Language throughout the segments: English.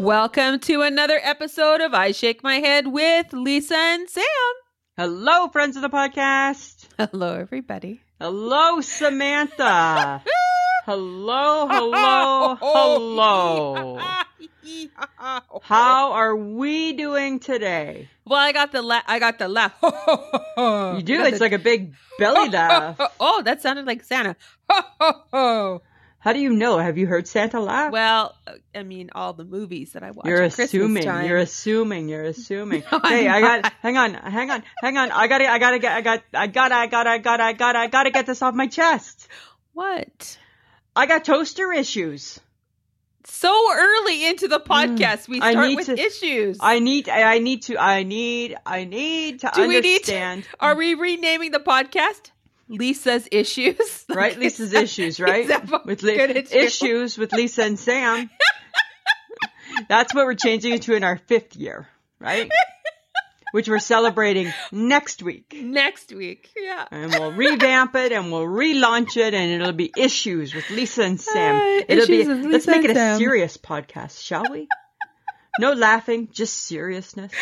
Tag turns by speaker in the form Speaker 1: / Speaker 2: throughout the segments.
Speaker 1: Welcome to another episode of I Shake My Head with Lisa and Sam.
Speaker 2: Hello, friends of the podcast.
Speaker 1: Hello, everybody.
Speaker 2: Hello, Samantha. hello, hello, hello. How are we doing today?
Speaker 1: Well, I got the la- I got the laugh.
Speaker 2: You do. It's like a big belly laugh.
Speaker 1: Oh, that sounded like Santa. Ho, ho, ho.
Speaker 2: How do you know? Have you heard Santa laugh?
Speaker 1: Well, I mean, all the movies that I watch.
Speaker 2: You're
Speaker 1: at Christmas
Speaker 2: assuming.
Speaker 1: time.
Speaker 2: You're assuming. You're assuming.
Speaker 1: No,
Speaker 2: hey,
Speaker 1: I'm
Speaker 2: I
Speaker 1: not.
Speaker 2: got. Hang on. Hang on. Hang on. I gotta. I gotta get. I got. I gotta. I gotta. I gotta. I gotta. I gotta get this off my chest.
Speaker 1: what?
Speaker 2: I got toaster issues.
Speaker 1: So early into the podcast, we
Speaker 2: Hmm, I
Speaker 1: start
Speaker 2: need
Speaker 1: with
Speaker 2: to-
Speaker 1: issues.
Speaker 2: I need. I I need to. I need. I need to
Speaker 1: Do we need to-
Speaker 2: understand.
Speaker 1: Are we renaming the podcast Lisa's Issues?
Speaker 2: right? Lisa's issues, right?
Speaker 1: Is that what
Speaker 2: with
Speaker 1: we're
Speaker 2: Li-
Speaker 1: gonna do?
Speaker 2: issues with Lisa and Sam. That's what we're changing it to in our fifth year, right? Which we're celebrating next week.
Speaker 1: Next week. Yeah.
Speaker 2: And we'll revamp it and we'll relaunch it and it'll be issues with Lisa and Sam.
Speaker 1: Ah,
Speaker 2: it'll be
Speaker 1: Issues with
Speaker 2: let's
Speaker 1: Lisa
Speaker 2: make it
Speaker 1: and
Speaker 2: a
Speaker 1: Sam.
Speaker 2: serious podcast, shall we? No laughing, just seriousness.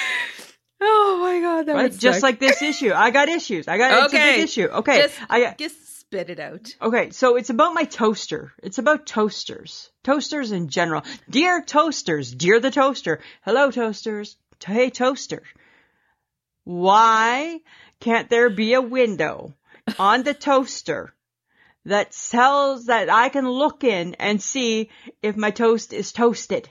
Speaker 1: Oh my god, that
Speaker 2: Right?
Speaker 1: would
Speaker 2: Just
Speaker 1: suck.
Speaker 2: like this issue. I got issues. I got it's a
Speaker 1: Okay.
Speaker 2: big issue. Okay.
Speaker 1: Just-
Speaker 2: I got
Speaker 1: just spit it out.
Speaker 2: Okay, so it's about my toaster. It's about toasters. Toasters in general. Dear toasters, dear the toaster. Hello toasters. Hey toaster. Why can't there be a window on the toaster that tells that I can look in and see if my toast is toasted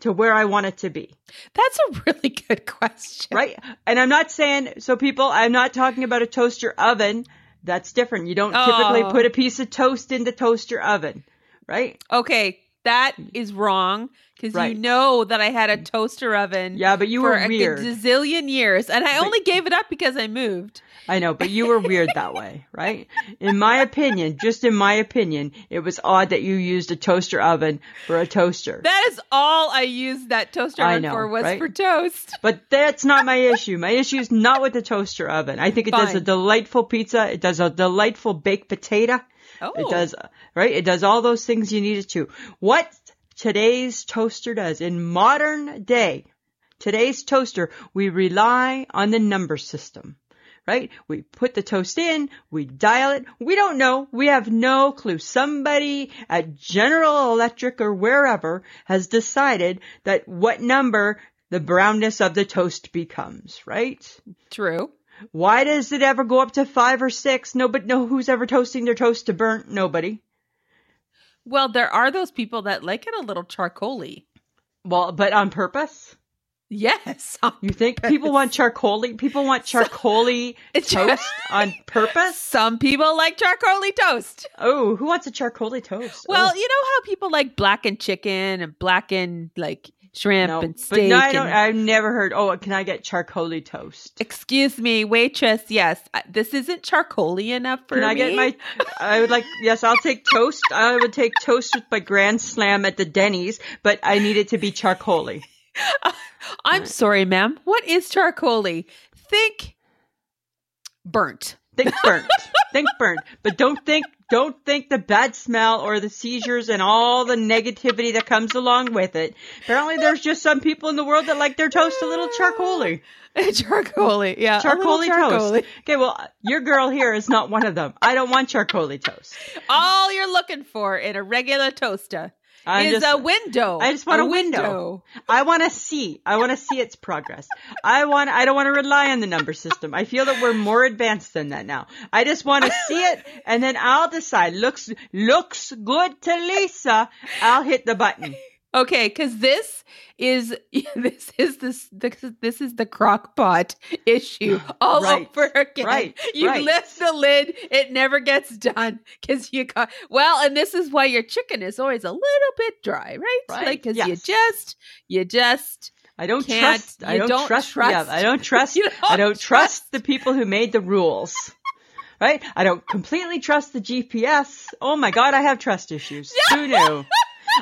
Speaker 2: to where I want it to be?
Speaker 1: That's a really good question.
Speaker 2: right? And I'm not saying so people, I'm not talking about a toaster oven. That's different. You don't
Speaker 1: Oh.
Speaker 2: typically put a piece of toast in the toaster oven, right?
Speaker 1: Okay, that is wrong because
Speaker 2: Right.
Speaker 1: you know that I had a toaster oven.
Speaker 2: Yeah, but you
Speaker 1: for
Speaker 2: were
Speaker 1: a
Speaker 2: weird.
Speaker 1: gazillion years, and I
Speaker 2: But-
Speaker 1: only gave it up because I moved.
Speaker 2: I know, but you were weird that way, right? In my opinion, just in my opinion, it was odd that you used a toaster oven for a toaster.
Speaker 1: That is all I used that toaster
Speaker 2: I
Speaker 1: oven
Speaker 2: know,
Speaker 1: for was
Speaker 2: right?
Speaker 1: for toast.
Speaker 2: But that's not my issue. My issue is not with the toaster oven. I think it does a
Speaker 1: Fine.
Speaker 2: delightful pizza. It does a delightful baked potato.
Speaker 1: Oh,
Speaker 2: It does, right? It does all those things you need it to. What today's toaster does in modern day, today's toaster, we rely on the number system, right? We put the toast in, we dial it. We don't know. We have no clue. Somebody at General Electric or wherever has decided that what number the brownness of the toast becomes, right?
Speaker 1: true.
Speaker 2: Why does it ever go up to five or six? Nobody know who's ever toasting their toast to burnt. Nobody.
Speaker 1: Well, there are those people that like it a little charcoaly.
Speaker 2: Well, but on purpose.
Speaker 1: Yes,
Speaker 2: You think people want charcoaly? People want charcoaly
Speaker 1: It's-
Speaker 2: toast on purpose?
Speaker 1: some people like charcoaly toast.
Speaker 2: Oh, who wants a charcoaly toast?
Speaker 1: Well,
Speaker 2: Oh.
Speaker 1: you know how people like blackened chicken and blackened like shrimp
Speaker 2: no.
Speaker 1: and
Speaker 2: but
Speaker 1: steak.
Speaker 2: no, I don't.
Speaker 1: and-
Speaker 2: I've never heard. Oh, can I get charcoaly toast?
Speaker 1: Excuse me, waitress. Yes, I- this isn't charcoaly enough for
Speaker 2: Can I
Speaker 1: me.
Speaker 2: get my? I would like. Yes, I'll take toast. I would take toast with my grand slam at the Denny's, but I need it to be charcoaly.
Speaker 1: I'm sorry, ma'am. What is charcoaly? Think burnt.
Speaker 2: Think burnt. think burnt. But don't think don't think the bad smell or the seizures and all the negativity that comes along with it. Apparently there's just some people in the world that like their toast a little charcoaly.
Speaker 1: charcoaly, yeah. a little
Speaker 2: Charcoaly,
Speaker 1: charcoaly.
Speaker 2: toast. Okay, well your girl here is not one of them. I don't want charcoaly toast.
Speaker 1: All you're looking for in a regular toaster
Speaker 2: I'm
Speaker 1: is a
Speaker 2: just
Speaker 1: window.
Speaker 2: I just want a window. I want to see. I want to see its progress. I want I don't want to rely on the number system. I feel that we're more advanced than that now. I just want to see it and then I'll decide. Looks looks good to Lisa. I'll hit the button.
Speaker 1: Okay, because this is this is this this, this is the crock pot issue all
Speaker 2: Right,
Speaker 1: over again.
Speaker 2: right,
Speaker 1: you
Speaker 2: right.
Speaker 1: lift the lid, it never gets done because you got well, and this is why your chicken is always a little bit dry, right?
Speaker 2: Right,
Speaker 1: Like because you
Speaker 2: yes.
Speaker 1: just you just
Speaker 2: I don't
Speaker 1: Can't-
Speaker 2: trust. I
Speaker 1: you
Speaker 2: don't,
Speaker 1: don't
Speaker 2: trust.
Speaker 1: trust.
Speaker 2: Yeah, I don't trust.
Speaker 1: You
Speaker 2: I don't
Speaker 1: don't
Speaker 2: trust the people who made the rules. Right? I don't completely trust the GPS. Oh my God, I have trust issues. Who knew?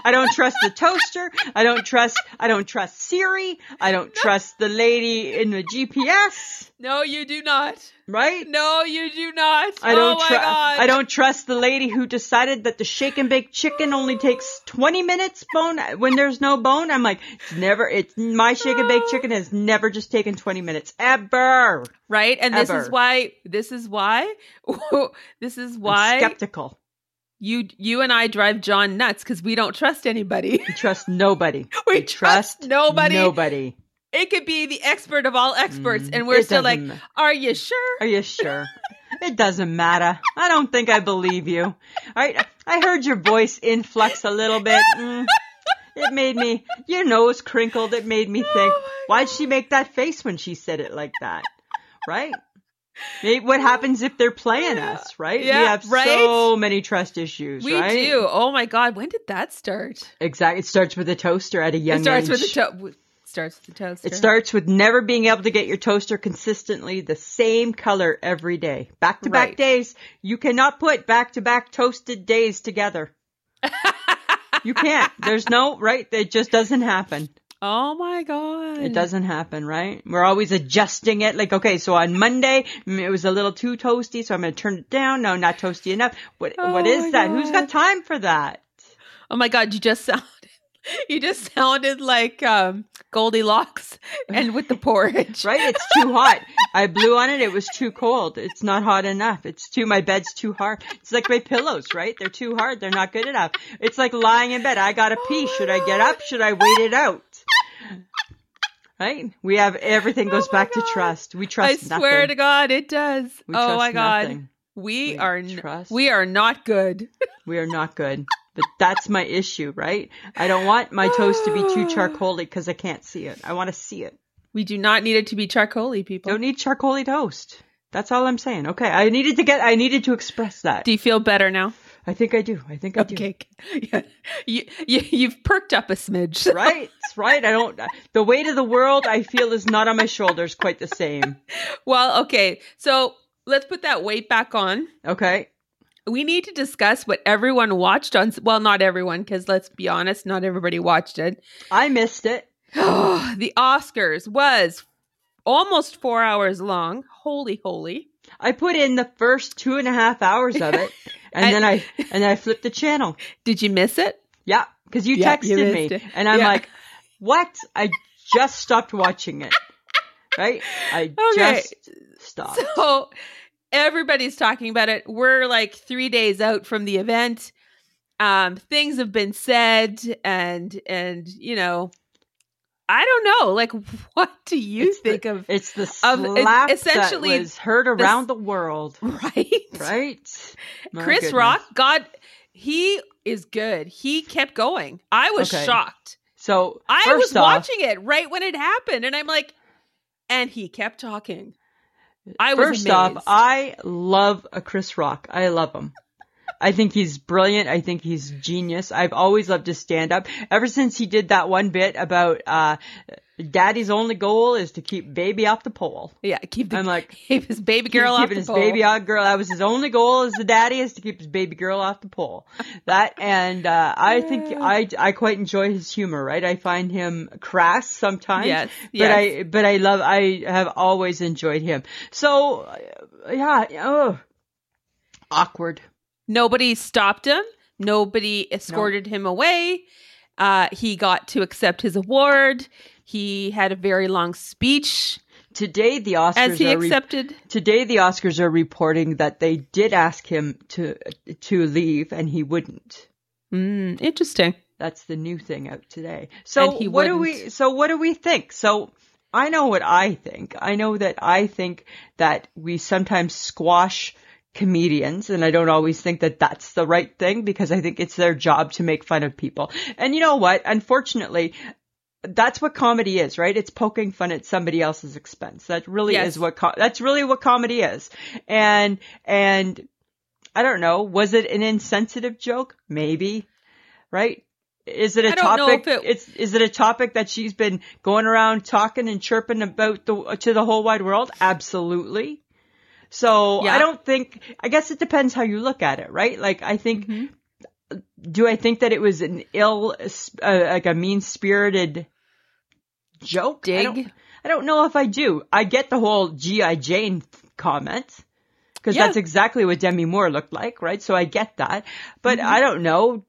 Speaker 2: I don't trust the toaster. I don't trust, I don't trust Siri. I don't trust the lady in the GPS,
Speaker 1: No, you do not.
Speaker 2: right?
Speaker 1: No, you do not.
Speaker 2: I don't
Speaker 1: oh my
Speaker 2: trust.
Speaker 1: god.
Speaker 2: I don't trust the lady who decided that the shake and bake chicken only takes twenty minutes bone when there's no bone. I'm like, it's never. It's my shake and bake
Speaker 1: Ah.
Speaker 2: chicken has never just taken twenty minutes ever.
Speaker 1: Right? And this is
Speaker 2: Ever.
Speaker 1: why this is why this is
Speaker 2: I'm
Speaker 1: why
Speaker 2: skeptical.
Speaker 1: you you and I drive John nuts cuz we don't trust anybody.
Speaker 2: I trust nobody.
Speaker 1: we
Speaker 2: I trust
Speaker 1: nobody.
Speaker 2: Nobody.
Speaker 1: It could be the expert of all experts
Speaker 2: Mm,
Speaker 1: and we're
Speaker 2: it
Speaker 1: still like,
Speaker 2: doesn't-
Speaker 1: "Are you sure?"
Speaker 2: Are you sure? It doesn't matter. I don't think I believe you. All right. I heard your voice influx a little bit. Mm. It made me, your nose crinkled. It made me think,
Speaker 1: Oh my
Speaker 2: why'd she make that face when she said it like that? Right? Maybe what happens if they're playing us, right? we
Speaker 1: Yeah,
Speaker 2: have
Speaker 1: right?
Speaker 2: so many trust issues,
Speaker 1: We
Speaker 2: right?
Speaker 1: do. Oh my god, when did that start?
Speaker 2: Exactly. It starts with a toaster at a young
Speaker 1: It starts
Speaker 2: age.
Speaker 1: with the to- w- starts with the toaster.
Speaker 2: It starts with never being able to get your toaster consistently the same color every day. Back to back
Speaker 1: Right.
Speaker 2: days. You cannot put back to back toasted days together. You can't. There's no, right? It just doesn't happen.
Speaker 1: oh my god.
Speaker 2: It doesn't happen, right? We're always adjusting it. Like, okay, so on Monday, mm, it was a little too toasty, so I'm going to turn it down. No, not toasty enough. What,
Speaker 1: Oh
Speaker 2: what
Speaker 1: my
Speaker 2: is that? Who's
Speaker 1: God.
Speaker 2: got time for that?
Speaker 1: Oh my god, you just sounded you just sounded like um Goldilocks and with the porridge.
Speaker 2: Right? It's too hot. I blew on it. It was too cold. It's not hot enough. It's too, my bed's too hard. It's like my pillows, right? They're too hard. They're not good enough. It's like lying in bed. I gotta pee.
Speaker 1: Oh
Speaker 2: Should I get up? Should I wait it out? Right? We have everything goes
Speaker 1: Oh my
Speaker 2: back to
Speaker 1: God.
Speaker 2: trust. We
Speaker 1: I
Speaker 2: trust
Speaker 1: swear to
Speaker 2: nothing.
Speaker 1: God it does.
Speaker 2: We
Speaker 1: oh
Speaker 2: trust
Speaker 1: my god.
Speaker 2: nothing.
Speaker 1: We,
Speaker 2: We
Speaker 1: are n-
Speaker 2: trust-
Speaker 1: we are not good.
Speaker 2: We are not good. But that's my issue, right? I don't want my toast to be too charcoaly because I can't see it. I want to see it.
Speaker 1: We do not need it to be charcoaly people.
Speaker 2: Don't need charcoaly toast. That's all I'm saying. Okay, I needed to get. I needed to express that.
Speaker 1: do you feel better now?
Speaker 2: I think I do. I think I do.
Speaker 1: Okay. Yeah. You, you, you've perked up a smidge.
Speaker 2: Right, it's right. I don't. The weight of the world I feel is not on my shoulders quite the same.
Speaker 1: Well, okay. So let's put that weight back on.
Speaker 2: Okay.
Speaker 1: we need to discuss what everyone watched on well not everyone because let's be honest not everybody watched it
Speaker 2: I missed it.
Speaker 1: the oscars was almost four hours long holy holy
Speaker 2: I put in the first two and a half hours of it, and
Speaker 1: I-
Speaker 2: then I and then I flipped the channel.
Speaker 1: did you miss it
Speaker 2: Yeah, because you
Speaker 1: Yeah,
Speaker 2: texted
Speaker 1: you
Speaker 2: me,
Speaker 1: missed it.
Speaker 2: and I'm
Speaker 1: Yeah.
Speaker 2: like, "What? I just stopped watching it." Right? I
Speaker 1: Okay.
Speaker 2: just stopped.
Speaker 1: so everybody's talking about it we're like three days out from the event um things have been said and and you know i don't know like what do you
Speaker 2: It's the-
Speaker 1: think of
Speaker 2: It's the
Speaker 1: Of-
Speaker 2: slap
Speaker 1: it- essentially,
Speaker 2: that was heard around the world,
Speaker 1: right
Speaker 2: right? My
Speaker 1: Chris
Speaker 2: goodness.
Speaker 1: Rock, God, he is good. He kept going. I was
Speaker 2: Okay.
Speaker 1: shocked.
Speaker 2: So
Speaker 1: I
Speaker 2: first
Speaker 1: was
Speaker 2: off,
Speaker 1: watching it right when it happened, and I'm like, and he kept talking. I was
Speaker 2: First
Speaker 1: amazed.
Speaker 2: off, I love a Chris Rock. I love him. I think he's brilliant. I think he's genius. I've always loved his stand up. Ever since he did that one bit about uh daddy's only goal is to keep baby off the pole.
Speaker 1: yeah, keep the
Speaker 2: I'm like
Speaker 1: keep his baby
Speaker 2: he's
Speaker 1: girl off
Speaker 2: keeping
Speaker 1: the
Speaker 2: his
Speaker 1: pole.
Speaker 2: baby out girl. That was his only goal as the daddy is to keep his baby girl off the pole. That and uh, I think
Speaker 1: Yeah.
Speaker 2: I I quite enjoy his humor. Right, I find him crass sometimes.
Speaker 1: Yes,
Speaker 2: but
Speaker 1: yes.
Speaker 2: I but I love I have always enjoyed him. So uh, yeah, oh, awkward.
Speaker 1: Nobody stopped him. Nobody escorted him away. Uh, he got to accept his award. He had a very long speech
Speaker 2: Today the Oscars
Speaker 1: as he
Speaker 2: are re-
Speaker 1: accepted.
Speaker 2: today the Oscars are reporting that they did ask him to to leave and he wouldn't.
Speaker 1: Mm, interesting.
Speaker 2: That's the new thing out today. So
Speaker 1: And he
Speaker 2: what do
Speaker 1: wouldn't.
Speaker 2: we so what do we think? So I know what I think. I know that I think that we sometimes squash comedians and I don't always think that that's the right thing because I think it's their job to make fun of people. And you know what? Unfortunately, that's what comedy is, right? It's poking fun at somebody else's expense. That really
Speaker 1: Yes.
Speaker 2: is what co- that's really what comedy is. And and I don't know, was it an insensitive joke? Maybe, right? Is it a
Speaker 1: I don't know if
Speaker 2: topic?
Speaker 1: it-
Speaker 2: It's is it a topic that she's been going around talking and chirping about the to the whole wide world? Absolutely. So
Speaker 1: Yeah. Mm-hmm.
Speaker 2: I don't think. I guess it depends how you look at it, right? Like I think do I think that it was an ill, uh, like a mean spirited joke? I don't-
Speaker 1: Dig.
Speaker 2: I don't know if I do. I get the whole G.I. Jane comment because
Speaker 1: Yeah.
Speaker 2: that's exactly what Demi Moore looked like, right? So I get that. But
Speaker 1: Mm-hmm.
Speaker 2: I don't know.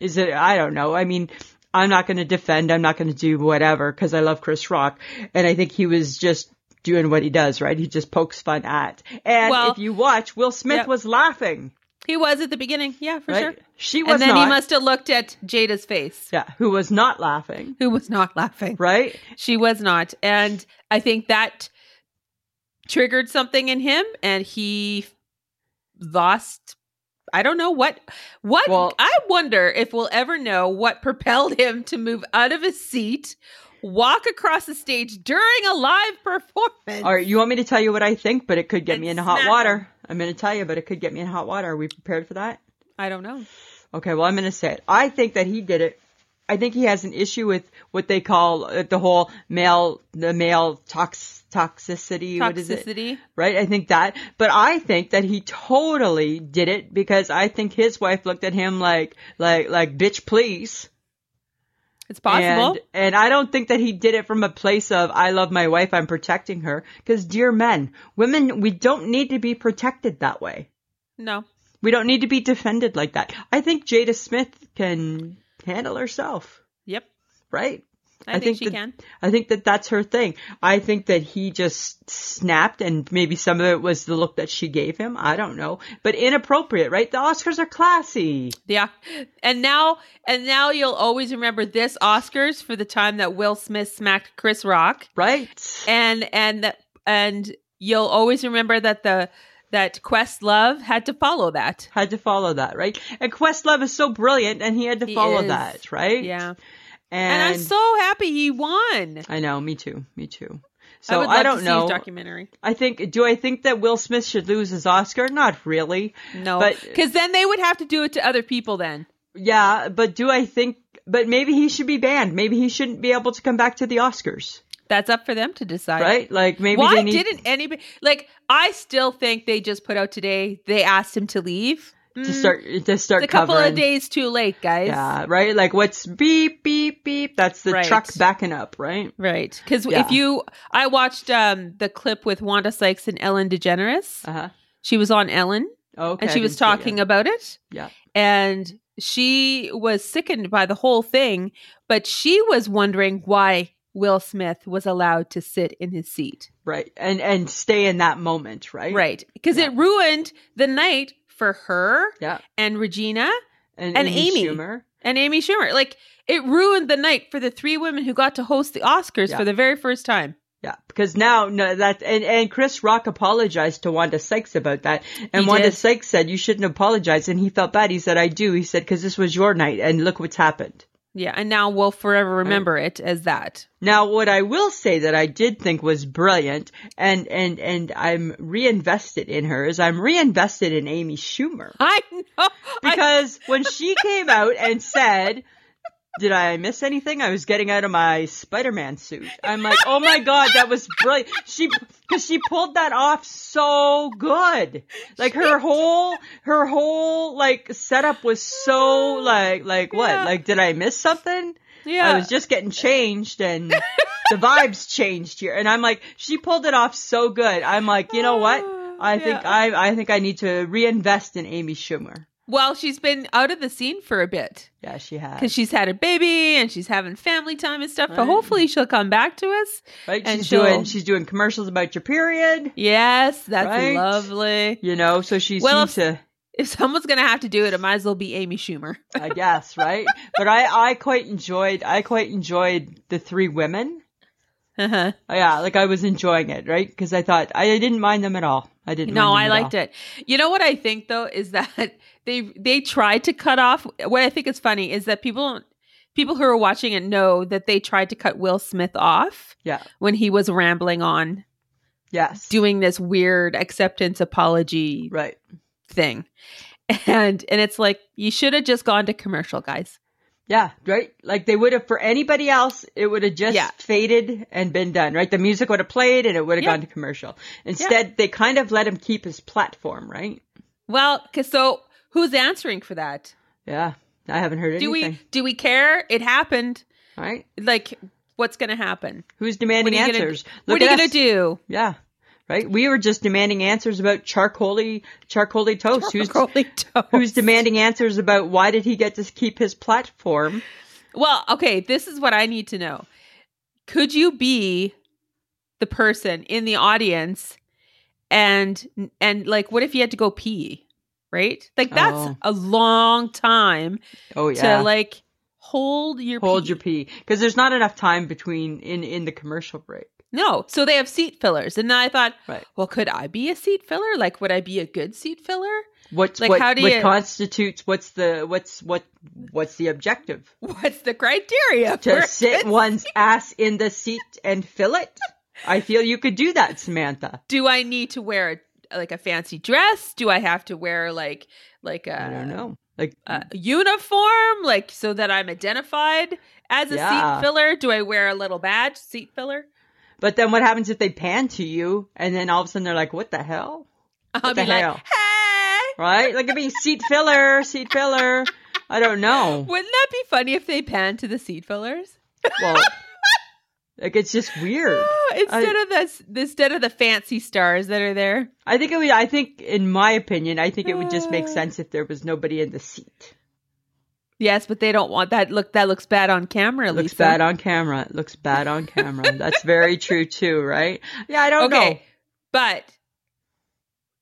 Speaker 2: Is it, I don't know. I mean, I'm not going to defend. I'm not going to do whatever because I love Chris Rock. And I think he was just doing what he does, right? He just pokes fun at. And
Speaker 1: Well-
Speaker 2: if you watch, Will Smith
Speaker 1: Yep.
Speaker 2: was laughing,
Speaker 1: He was at the beginning. Yeah, for
Speaker 2: right?
Speaker 1: sure.
Speaker 2: She was
Speaker 1: And then
Speaker 2: not.
Speaker 1: he must have looked at Jada's face,
Speaker 2: yeah, who was not laughing,
Speaker 1: who was not laughing.
Speaker 2: right?
Speaker 1: She was not. And I think that triggered something in him and he lost I don't know what what
Speaker 2: Well-
Speaker 1: I wonder if we'll ever know what propelled him to move out of his seat, walk across the stage during a live performance.
Speaker 2: All right, you want me to tell you what I think, but it could get
Speaker 1: And
Speaker 2: me in hot
Speaker 1: smack
Speaker 2: water.
Speaker 1: 'em.
Speaker 2: I'm going to tell you, but it could get me in hot water. Are we prepared for that?
Speaker 1: I don't know.
Speaker 2: Okay, well, I'm going to say it. I think that he did it. I think he has an issue with what they call uh, the whole male, the male tox, toxicity. What is it?
Speaker 1: Toxicity.
Speaker 2: Right? I think that. But I think that he totally did it because I think his wife looked at him like, like, like, bitch, please.
Speaker 1: It's possible.
Speaker 2: And, and I don't think that he did it from a place of, I love my wife, I'm protecting her. Because, dear men, women, we don't need to be protected that way.
Speaker 1: no.
Speaker 2: We don't need to be defended like that. I think Jada Smith can handle herself,
Speaker 1: Yep.
Speaker 2: right?
Speaker 1: I, think, she
Speaker 2: that,
Speaker 1: can.
Speaker 2: I think that that's her thing. I think that he just snapped, and maybe some of it was the look that she gave him. I don't know, but inappropriate, right? The Oscars are classy.
Speaker 1: Yeah. And now and now you'll always remember this Oscars for the time that Will Smith smacked Chris Rock.
Speaker 2: Right.
Speaker 1: And and that and you'll always remember that the that Quest Love had to follow that.
Speaker 2: had to follow that, right? And Questlove is so brilliant, and he had to
Speaker 1: He
Speaker 2: follow
Speaker 1: is.
Speaker 2: that, right?
Speaker 1: Yeah. And,
Speaker 2: And,
Speaker 1: I'm so happy he won.
Speaker 2: I know, me too, me too.
Speaker 1: I
Speaker 2: So
Speaker 1: would love
Speaker 2: I,
Speaker 1: to
Speaker 2: don't
Speaker 1: see
Speaker 2: know.
Speaker 1: his documentary.
Speaker 2: I think. Do I think that Will Smith should lose his Oscar? Not really.
Speaker 1: No.
Speaker 2: But-
Speaker 1: Cuz then they would have to do it to other people then.
Speaker 2: Yeah, but do I think? But maybe he should be banned. Maybe he shouldn't be able to come back to the Oscars,
Speaker 1: That's up for them to decide.
Speaker 2: right? Like maybe
Speaker 1: Why
Speaker 2: they need.
Speaker 1: didn't anybody like I still think they just put out today they asked him to leave.
Speaker 2: to
Speaker 1: Mm,
Speaker 2: start to start
Speaker 1: it's a couple
Speaker 2: covering.
Speaker 1: of days too late, guys.
Speaker 2: Yeah, right. Like what's beep beep beep? That's the
Speaker 1: Right.
Speaker 2: truck backing up, right?
Speaker 1: Right. Because
Speaker 2: Yeah.
Speaker 1: if you, I watched um the clip with Wanda Sykes and Ellen DeGeneres.
Speaker 2: Uh huh.
Speaker 1: She was on Ellen
Speaker 2: Okay.
Speaker 1: and
Speaker 2: I
Speaker 1: she was
Speaker 2: didn't see it
Speaker 1: talking
Speaker 2: yet.
Speaker 1: about it.
Speaker 2: Yeah.
Speaker 1: And she was sickened by the whole thing, but she was wondering why Will Smith was allowed to sit in his seat.
Speaker 2: right, and and stay in that moment, right?
Speaker 1: Right. Because
Speaker 2: Yeah.
Speaker 1: it ruined the night for her
Speaker 2: Yeah.
Speaker 1: and Regina
Speaker 2: and,
Speaker 1: And
Speaker 2: Amy,
Speaker 1: Amy.
Speaker 2: Schumer.
Speaker 1: and Amy Schumer. Like it ruined the night for the three women who got to host the Oscars
Speaker 2: Yeah.
Speaker 1: for the very first time.
Speaker 2: Yeah, because now no that and and Chris Rock apologized to Wanda Sykes about that, and
Speaker 1: He
Speaker 2: Wanda
Speaker 1: did.
Speaker 2: Sykes said you shouldn't apologize, and he felt bad. He said I do. He said because this was your night, and look what's happened.
Speaker 1: Yeah. And now we'll forever remember it as that.
Speaker 2: Now, what I will say that I did think was brilliant, and and and I'm reinvested in her is I'm reinvested in Amy Schumer.
Speaker 1: I know. I,
Speaker 2: because when she came out and said, "Did I miss anything? I was getting out of my Spider-Man suit." I'm like, "Oh my god, that was brilliant!" She because she pulled that off so good. Like her whole her whole like setup was so like like what
Speaker 1: Yeah.
Speaker 2: like did I miss something?
Speaker 1: yeah.
Speaker 2: I was just getting changed and the vibes changed here. And I'm like, she pulled it off so good. I'm like, you know what? I think
Speaker 1: Oh, Yeah.
Speaker 2: I I think I need to reinvest in Amy Schumer.
Speaker 1: well, she's been out of the scene for a bit
Speaker 2: Yeah, she
Speaker 1: because
Speaker 2: has.
Speaker 1: she's had a baby and she's having family time and stuff.
Speaker 2: Right.
Speaker 1: But hopefully, she'll come back to us.
Speaker 2: Right?
Speaker 1: and
Speaker 2: She's doing
Speaker 1: she'll-
Speaker 2: she's doing commercials about your period.
Speaker 1: Yes, that's
Speaker 2: Right.
Speaker 1: lovely.
Speaker 2: You know, so she
Speaker 1: Well,
Speaker 2: seems to
Speaker 1: If someone's gonna have to do it, it might as well be Amy Schumer.
Speaker 2: I guess, right? But I I quite enjoyed I quite enjoyed the three women.
Speaker 1: Uh-huh.
Speaker 2: Yeah, like I was enjoying it, right? Because I thought I, didn't mind them at all. I didn't.
Speaker 1: No, I
Speaker 2: mind them at
Speaker 1: liked it. You know what I think though is that they they tried to cut off. What I think is funny is that people people who are watching it know that they tried to cut Will Smith off
Speaker 2: Yeah.
Speaker 1: when he was rambling on
Speaker 2: Yes.
Speaker 1: doing this weird acceptance apology
Speaker 2: right.
Speaker 1: thing. And and it's like you should have just gone to commercial, guys.
Speaker 2: Yeah, right. Like they would have for anybody else, it would have just
Speaker 1: Yeah.
Speaker 2: faded and been done, right? The music would have played and it would have
Speaker 1: Yeah.
Speaker 2: gone to commercial. Instead, they kind of let him keep his platform, right?
Speaker 1: Well, cause so who's answering for that?
Speaker 2: Yeah, I haven't heard
Speaker 1: Do
Speaker 2: anything.
Speaker 1: we do we care? It happened.
Speaker 2: All right.
Speaker 1: Like what's going to happen?
Speaker 2: Who's demanding
Speaker 1: What are you gonna-
Speaker 2: answers?
Speaker 1: What are
Speaker 2: at
Speaker 1: you going
Speaker 2: us.
Speaker 1: to do?
Speaker 2: Yeah. Right? We were just demanding answers about charcoaly charcoaly toast. Who's
Speaker 1: Crowley toast.
Speaker 2: who's demanding answers about why did he get to keep his platform?
Speaker 1: Well, okay, this is what I need to know. Could you be the person in the audience and and like what if you had to go pee? Right? Like that's
Speaker 2: Oh.
Speaker 1: a long time
Speaker 2: Oh yeah.
Speaker 1: to like hold your
Speaker 2: Hold
Speaker 1: pee.
Speaker 2: your pee because there's not enough time between in in the commercial break.
Speaker 1: No. So they have seat fillers. And I thought,
Speaker 2: Right.
Speaker 1: well, could I be a seat filler? Like would I be a good seat filler?
Speaker 2: What's
Speaker 1: Like,
Speaker 2: what,
Speaker 1: how do
Speaker 2: what
Speaker 1: you-
Speaker 2: constitutes what's the what's what what's the objective?
Speaker 1: What's the criteria? for a
Speaker 2: To sit
Speaker 1: good-
Speaker 2: one's ass in the seat and fill it? I feel you could do that, Samantha.
Speaker 1: do I need to wear like a fancy dress? Do I have to wear like like a
Speaker 2: I don't know. Like
Speaker 1: uh, uniform, like so that I'm identified as a
Speaker 2: Yeah.
Speaker 1: seat filler? Do I wear a little badge, seat filler?
Speaker 2: But then what happens if they pan to you and then all of a sudden they're like, what the hell?
Speaker 1: I'll
Speaker 2: the
Speaker 1: be like,
Speaker 2: hell?
Speaker 1: hey,
Speaker 2: Right? Look at me, seat filler, seat filler. I don't know.
Speaker 1: wouldn't that be funny if they pan to the seat fillers
Speaker 2: Well, like it's just weird.
Speaker 1: instead of this instead of the fancy stars that are there?
Speaker 2: I think it would, I think in my opinion, I think it would just make sense if there was nobody in the seat.
Speaker 1: Yes, but they don't want that. Look, that looks bad on camera.
Speaker 2: It looks
Speaker 1: Lisa.
Speaker 2: bad on camera. It looks bad on camera. That's very true too, right? Yeah, I don't
Speaker 1: okay, but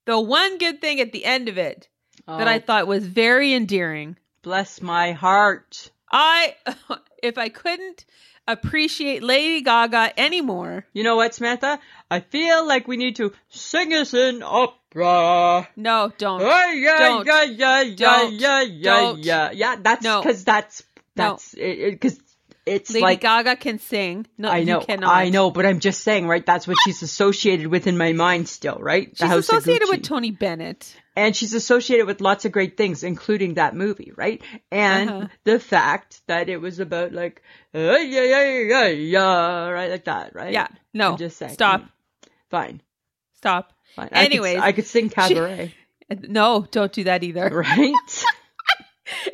Speaker 1: the one good thing at the end of it
Speaker 2: know.
Speaker 1: that I
Speaker 2: Oh,
Speaker 1: thought was very endearing
Speaker 2: bless my heart.
Speaker 1: I if I couldn't appreciate Lady Gaga anymore.
Speaker 2: You know what, Samantha? I feel like we need to sing us an opera.
Speaker 1: No, don't.
Speaker 2: Oh, yeah,
Speaker 1: Don't.
Speaker 2: yeah, yeah, yeah,
Speaker 1: Don't.
Speaker 2: yeah, yeah,
Speaker 1: Don't.
Speaker 2: yeah, yeah. That's
Speaker 1: No.
Speaker 2: because that's
Speaker 1: No.
Speaker 2: that's because it's
Speaker 1: Lady
Speaker 2: like
Speaker 1: Gaga can sing. No,
Speaker 2: I know,
Speaker 1: you cannot.
Speaker 2: I know, but I'm just saying, right? That's what she's associated with in my mind still, right? The
Speaker 1: She's
Speaker 2: House of
Speaker 1: associated with
Speaker 2: Gucci.
Speaker 1: Tony Bennett.
Speaker 2: and she's associated with lots of great things, including that movie, right? And
Speaker 1: Uh-huh.
Speaker 2: the fact that it was about like yeah, yeah, yeah, yeah, yeah, right, like that, right?
Speaker 1: Yeah. No.
Speaker 2: I'm just saying.
Speaker 1: Stop.
Speaker 2: Fine,
Speaker 1: Stop.
Speaker 2: fine. I could-
Speaker 1: Anyways,
Speaker 2: I could, sing cabaret,
Speaker 1: No, don't do that either.
Speaker 2: right?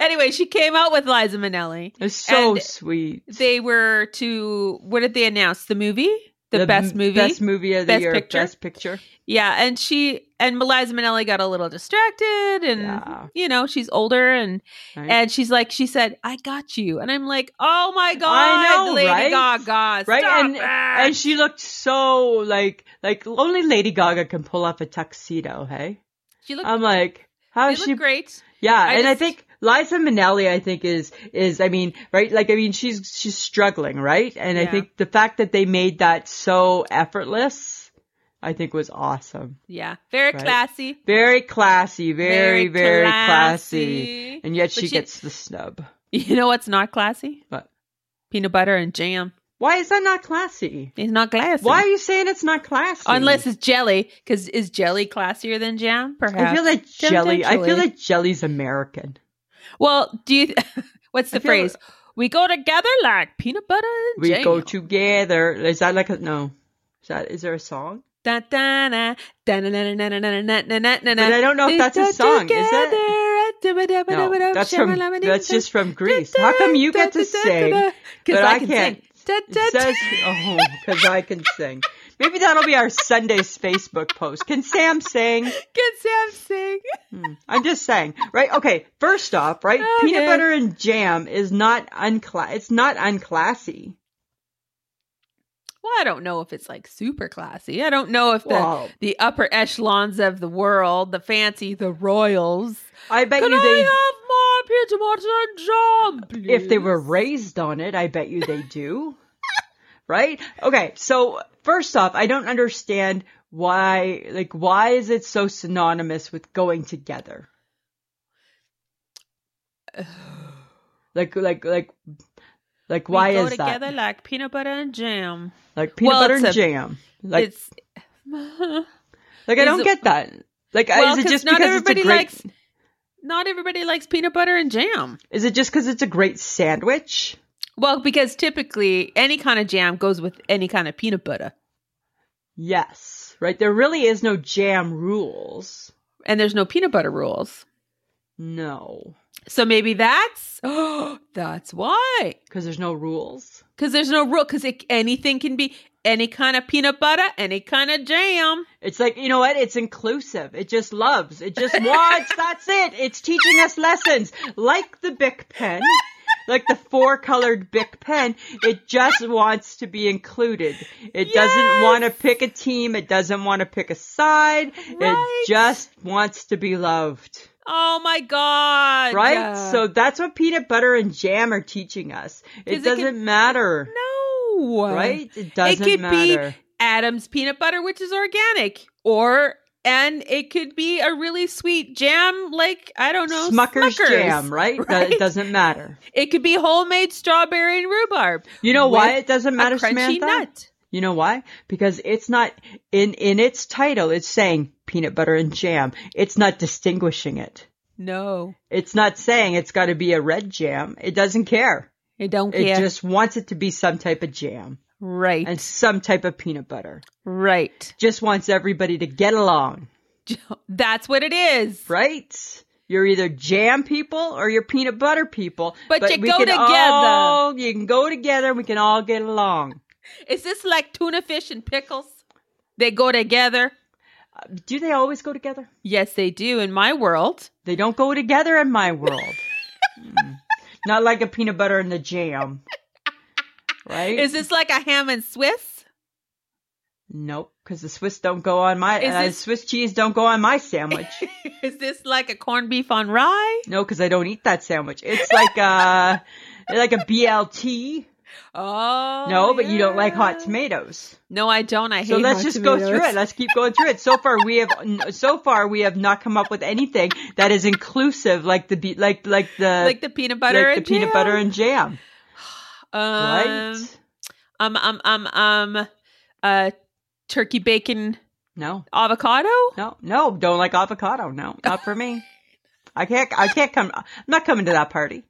Speaker 1: Anyway, she came out with Liza Minnelli.
Speaker 2: It's so
Speaker 1: And
Speaker 2: sweet.
Speaker 1: They were to what did they announce? The movie? The, best
Speaker 2: m-
Speaker 1: movie?
Speaker 2: best movie of the
Speaker 1: Best
Speaker 2: year,
Speaker 1: picture?
Speaker 2: best picture.
Speaker 1: yeah, and she and Liza Minnelli got a little distracted and
Speaker 2: Yeah.
Speaker 1: you know, she's older and
Speaker 2: Right?
Speaker 1: And she's like, she said, "I got you," and I'm like, "Oh my god,
Speaker 2: know,
Speaker 1: Lady
Speaker 2: right?
Speaker 1: Gaga,
Speaker 2: Right,
Speaker 1: stop
Speaker 2: and-
Speaker 1: it.
Speaker 2: and she looked so like like only Lady Gaga can pull off a tuxedo. Hey,
Speaker 1: she looked,
Speaker 2: I'm like, um, how
Speaker 1: they
Speaker 2: is
Speaker 1: look
Speaker 2: she?
Speaker 1: great.
Speaker 2: Yeah,
Speaker 1: I
Speaker 2: and I
Speaker 1: just-
Speaker 2: think Liza Minnelli, I think is is I mean, right? Like I mean, she's she's struggling, right? And I
Speaker 1: Yeah.
Speaker 2: think the fact that they made that so effortless, I think was awesome.
Speaker 1: Yeah, very
Speaker 2: Right.
Speaker 1: classy,
Speaker 2: Very classy, very very classy. And yet
Speaker 1: But
Speaker 2: she
Speaker 1: she-
Speaker 2: gets the snub.
Speaker 1: You know what's not classy?
Speaker 2: What?
Speaker 1: Peanut butter and jam.
Speaker 2: Why is that not classy?
Speaker 1: It's not classy.
Speaker 2: Why are you saying it's not classy?
Speaker 1: Unless it's jelly, because is jelly classier than jam? Perhaps.
Speaker 2: I feel like jelly. I feel
Speaker 1: Potentially.
Speaker 2: like jelly's American.
Speaker 1: well, do you? what's
Speaker 2: I
Speaker 1: the
Speaker 2: feel-
Speaker 1: phrase? We go together like peanut butter and
Speaker 2: We
Speaker 1: jam.
Speaker 2: go together. Is that like a no? Is that is there a song?
Speaker 1: Da da na da na na na na na na na na na.
Speaker 2: But I don't know if that's a song. Is that?
Speaker 1: that?
Speaker 2: No, that's from that's just from Greece. How come you get to sing?
Speaker 1: Because
Speaker 2: but
Speaker 1: I
Speaker 2: I
Speaker 1: can
Speaker 2: can't.
Speaker 1: sing. Da,
Speaker 2: It
Speaker 1: da,
Speaker 2: says,
Speaker 1: da.
Speaker 2: oh, because I can sing. Maybe that'll be our Sunday's Facebook post. Can Sam sing?
Speaker 1: Can Sam sing?
Speaker 2: Hmm, I'm just saying, right? Okay. First off, right? Peanut
Speaker 1: Okay.
Speaker 2: butter and jam is not uncla. It's not unclassy.
Speaker 1: Well, I don't know if it's like super classy. I don't know if the
Speaker 2: Well,
Speaker 1: the upper echelons of the world, the fancy, the royals.
Speaker 2: I bet
Speaker 1: Can
Speaker 2: you
Speaker 1: I
Speaker 2: they.
Speaker 1: have more peanut butter and jam,
Speaker 2: if they were
Speaker 1: please?
Speaker 2: raised on it, I bet you they do. right? Okay, so first off, I don't understand why like why is it so synonymous with going together? Like like like like why
Speaker 1: we go
Speaker 2: is
Speaker 1: together
Speaker 2: that?
Speaker 1: like peanut butter and jam?
Speaker 2: Like peanut
Speaker 1: Well,
Speaker 2: butter
Speaker 1: it's
Speaker 2: and
Speaker 1: a-
Speaker 2: jam. Like
Speaker 1: it's
Speaker 2: like I
Speaker 1: is
Speaker 2: don't
Speaker 1: it-
Speaker 2: get that. Like
Speaker 1: Well,
Speaker 2: is it
Speaker 1: 'cause
Speaker 2: just
Speaker 1: not
Speaker 2: because it's a
Speaker 1: everybody
Speaker 2: great
Speaker 1: likes- not everybody likes peanut butter and jam.
Speaker 2: is it just cuz it's a great sandwich?
Speaker 1: Well, because typically any kind of jam goes with any kind of peanut butter,
Speaker 2: Yes. Right? There really is no jam rules.
Speaker 1: and there's no peanut butter rules.
Speaker 2: No.
Speaker 1: So maybe that's oh, that's why.
Speaker 2: because there's no rules.
Speaker 1: Because there's no rule. Because anything can be any kind of peanut butter, any kind of jam.
Speaker 2: It's like, you know what? It's inclusive. It just loves. It just wants. That's it. It's teaching us lessons. Like the Bic pen, like the four colored Bic pen, it just wants to be included. It doesn't
Speaker 1: Yes.
Speaker 2: want to pick a team. It doesn't want to pick a side.
Speaker 1: Right.
Speaker 2: It just wants to be loved.
Speaker 1: Oh my god!
Speaker 2: Right?
Speaker 1: Yeah.
Speaker 2: So that's what peanut butter and jam are teaching us. It
Speaker 1: 'Cause it can-
Speaker 2: doesn't matter.
Speaker 1: no,
Speaker 2: Right? It doesn't
Speaker 1: could be-
Speaker 2: matter.
Speaker 1: Adam's peanut butter, which is organic, or and it could be a really sweet jam, like I don't know,
Speaker 2: Smucker's, jam, right? That-
Speaker 1: right?
Speaker 2: It doesn't matter.
Speaker 1: It could be homemade strawberry and rhubarb.
Speaker 2: You know
Speaker 1: With
Speaker 2: why it doesn't
Speaker 1: a
Speaker 2: matter,
Speaker 1: crunchy
Speaker 2: Samantha?
Speaker 1: nut.
Speaker 2: You know why? Because it's not in in its title. It's saying peanut butter and jam. It's not distinguishing it.
Speaker 1: No,
Speaker 2: It's not saying it's got to be a red jam. It doesn't care.
Speaker 1: I don't
Speaker 2: It
Speaker 1: care.
Speaker 2: just wants it to be some type of jam
Speaker 1: right,
Speaker 2: and some type of peanut butter.
Speaker 1: right.
Speaker 2: Just wants everybody to get along,
Speaker 1: That's what it is.
Speaker 2: right? You're either jam people or you're peanut butter people.
Speaker 1: But you
Speaker 2: we
Speaker 1: go
Speaker 2: can
Speaker 1: together.
Speaker 2: All, you can go together and we can all get along.
Speaker 1: Is this like tuna fish and pickles? They go together.
Speaker 2: Do they always go together?
Speaker 1: Yes, they do in my world.
Speaker 2: They don't go together in my world. Mm. Not like a peanut butter and the jam. Right?
Speaker 1: Is this like a ham and Swiss?
Speaker 2: nope, because the Swiss don't go on my
Speaker 1: Is
Speaker 2: uh,
Speaker 1: this-
Speaker 2: Swiss cheese don't go on my sandwich.
Speaker 1: Is this like a corned beef on rye?
Speaker 2: no, because I don't eat that sandwich. It's like a like a BLT.
Speaker 1: Oh
Speaker 2: no, but you don't like hot
Speaker 1: yeah.
Speaker 2: tomatoes.
Speaker 1: No, I don't. I hate.
Speaker 2: So let's
Speaker 1: hot
Speaker 2: just go through
Speaker 1: tomatoes.
Speaker 2: it. Let's keep going through it. So far we have n- so far we have not come up with anything that is inclusive like the be- like like the
Speaker 1: like the peanut butter
Speaker 2: like
Speaker 1: and
Speaker 2: the peanut
Speaker 1: jam.
Speaker 2: butter and jam.
Speaker 1: um,
Speaker 2: right?
Speaker 1: um um um um uh turkey bacon
Speaker 2: No.
Speaker 1: avocado.
Speaker 2: No, no, don't like avocado. No, not for me. I can't. I can't come. I'm not coming to that party.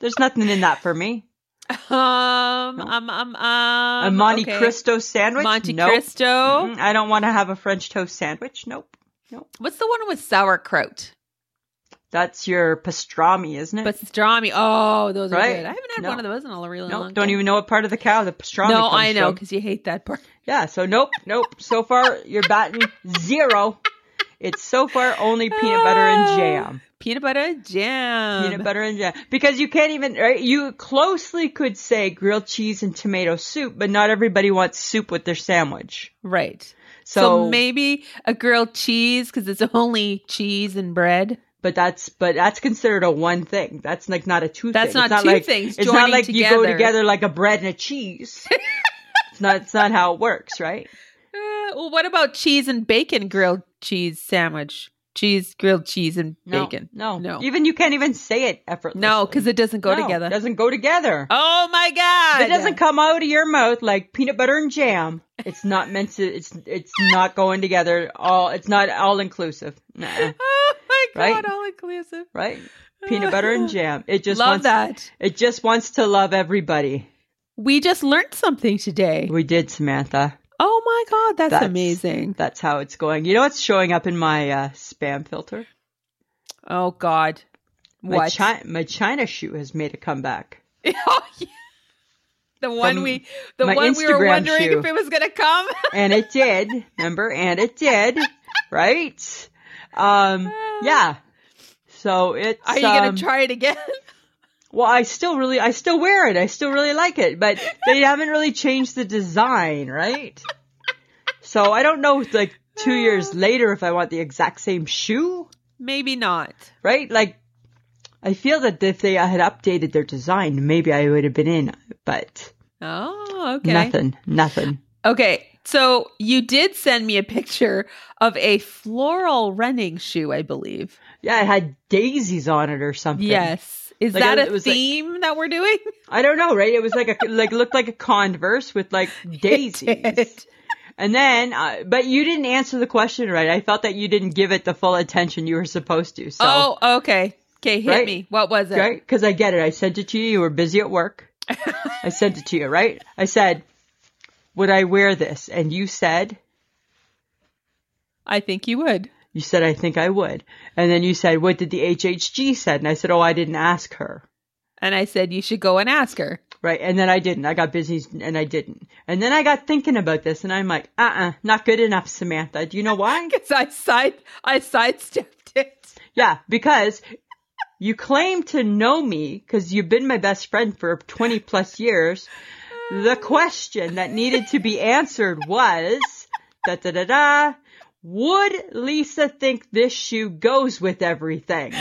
Speaker 2: There's nothing in that for me.
Speaker 1: Um
Speaker 2: No.
Speaker 1: um um um
Speaker 2: A Monte
Speaker 1: okay.
Speaker 2: Cristo sandwich.
Speaker 1: Monte
Speaker 2: nope.
Speaker 1: Cristo.
Speaker 2: Mm-mm. I don't want to have a French toast sandwich. Nope.
Speaker 1: What's the one with sauerkraut?
Speaker 2: That's your pastrami, isn't it?
Speaker 1: Pastrami. Oh, those are
Speaker 2: Right?
Speaker 1: good. I haven't had
Speaker 2: No.
Speaker 1: one of those in a really
Speaker 2: nope.
Speaker 1: long
Speaker 2: Don't
Speaker 1: time.
Speaker 2: even know what part of the cow the pastrami.
Speaker 1: No,
Speaker 2: comes
Speaker 1: I know
Speaker 2: From.
Speaker 1: because you hate that part.
Speaker 2: Yeah. So nope, nope. So far you're batting zero. It's so far only peanut butter
Speaker 1: Ah.
Speaker 2: and jam.
Speaker 1: Peanut butter and jam.
Speaker 2: peanut butter and jam because you can't even right, you closely could say grilled cheese and tomato soup but not everybody wants soup with their sandwich
Speaker 1: Right.
Speaker 2: so,
Speaker 1: So, maybe a grilled cheese because it's only cheese and bread.
Speaker 2: but that's but that's considered a one thing that's like not a two
Speaker 1: That's
Speaker 2: thing.
Speaker 1: not
Speaker 2: it's not
Speaker 1: two
Speaker 2: like,
Speaker 1: things
Speaker 2: it's not
Speaker 1: joining
Speaker 2: like you go
Speaker 1: together.
Speaker 2: together like a bread and a cheese it's not it's not how it works right
Speaker 1: Uh, well, what about cheese and bacon grilled cheese sandwich? Cheese, grilled cheese, and
Speaker 2: no,
Speaker 1: bacon.
Speaker 2: no
Speaker 1: No.
Speaker 2: even you can't even say it effortlessly
Speaker 1: No, because it doesn't go
Speaker 2: No,
Speaker 1: together.
Speaker 2: doesn't go together
Speaker 1: oh my God.
Speaker 2: If it doesn't come out of your mouth like peanut butter and jam. It's not meant to. It's it's not going together. All it's not all inclusive, Nuh-uh.
Speaker 1: Oh my God.
Speaker 2: Right?
Speaker 1: All inclusive.
Speaker 2: right? Peanut butter and jam. It just
Speaker 1: Love
Speaker 2: wants,
Speaker 1: that.
Speaker 2: It just wants to love everybody.
Speaker 1: We just learned something today.
Speaker 2: We did, Samantha.
Speaker 1: Oh my God. That's,
Speaker 2: That's-
Speaker 1: amazing.
Speaker 2: That's how it's going. You know what's showing up in my uh, spam filter?
Speaker 1: Oh God.
Speaker 2: My
Speaker 1: What?
Speaker 2: Chi- my China shoe has made a comeback.
Speaker 1: Oh, yeah. The one
Speaker 2: From
Speaker 1: we, the
Speaker 2: my
Speaker 1: one we were
Speaker 2: Instagram
Speaker 1: wondering
Speaker 2: shoe.
Speaker 1: if it was gonna come.
Speaker 2: and it did. Remember, and it did, right? Um, yeah. So it's.
Speaker 1: Ah. Are you gonna
Speaker 2: um,
Speaker 1: try it again?
Speaker 2: Well, I still really, I still wear it. I still really like it, but they haven't really changed the design, right? So I don't know, like two years later, if I want the exact same shoe,
Speaker 1: Maybe not.
Speaker 2: right? Like, I feel that if they had updated their design, maybe I would have been in, but
Speaker 1: Oh, okay.
Speaker 2: nothing, nothing.
Speaker 1: Okay. So you did send me a picture of a floral running shoe, I believe.
Speaker 2: Yeah, it had daisies on it or something.
Speaker 1: Yes. Is
Speaker 2: Like,
Speaker 1: that
Speaker 2: it
Speaker 1: a
Speaker 2: was like-
Speaker 1: theme that we're doing?
Speaker 2: I don't know, right? It was like a, like, looked like a Converse with like daisies. And then, uh, but you didn't answer the question right. I felt that you didn't give it the full attention you were supposed to. So,
Speaker 1: oh, okay. Okay, hit
Speaker 2: Right?
Speaker 1: me. What was it?
Speaker 2: right? Because I get it. I sent it to you. You were busy at work. I sent it to you, right? I said, "Would I wear this?" And you said,
Speaker 1: I think you would.
Speaker 2: You said, I think I would. And then you said, what did the HHG said? And I said, oh, I didn't ask her.
Speaker 1: And I said, you should go and ask her.
Speaker 2: Right. And then I didn't. I got busy and I didn't. And then I got thinking about this and I'm like, uh-uh, not good enough, Samantha. Do you know why?
Speaker 1: Because I side I sidestepped it.
Speaker 2: yeah, because you claim to know me because you've been my best friend for 20 plus years. The question that needed to be answered was da da da da. Would Lisa think this shoe goes with everything?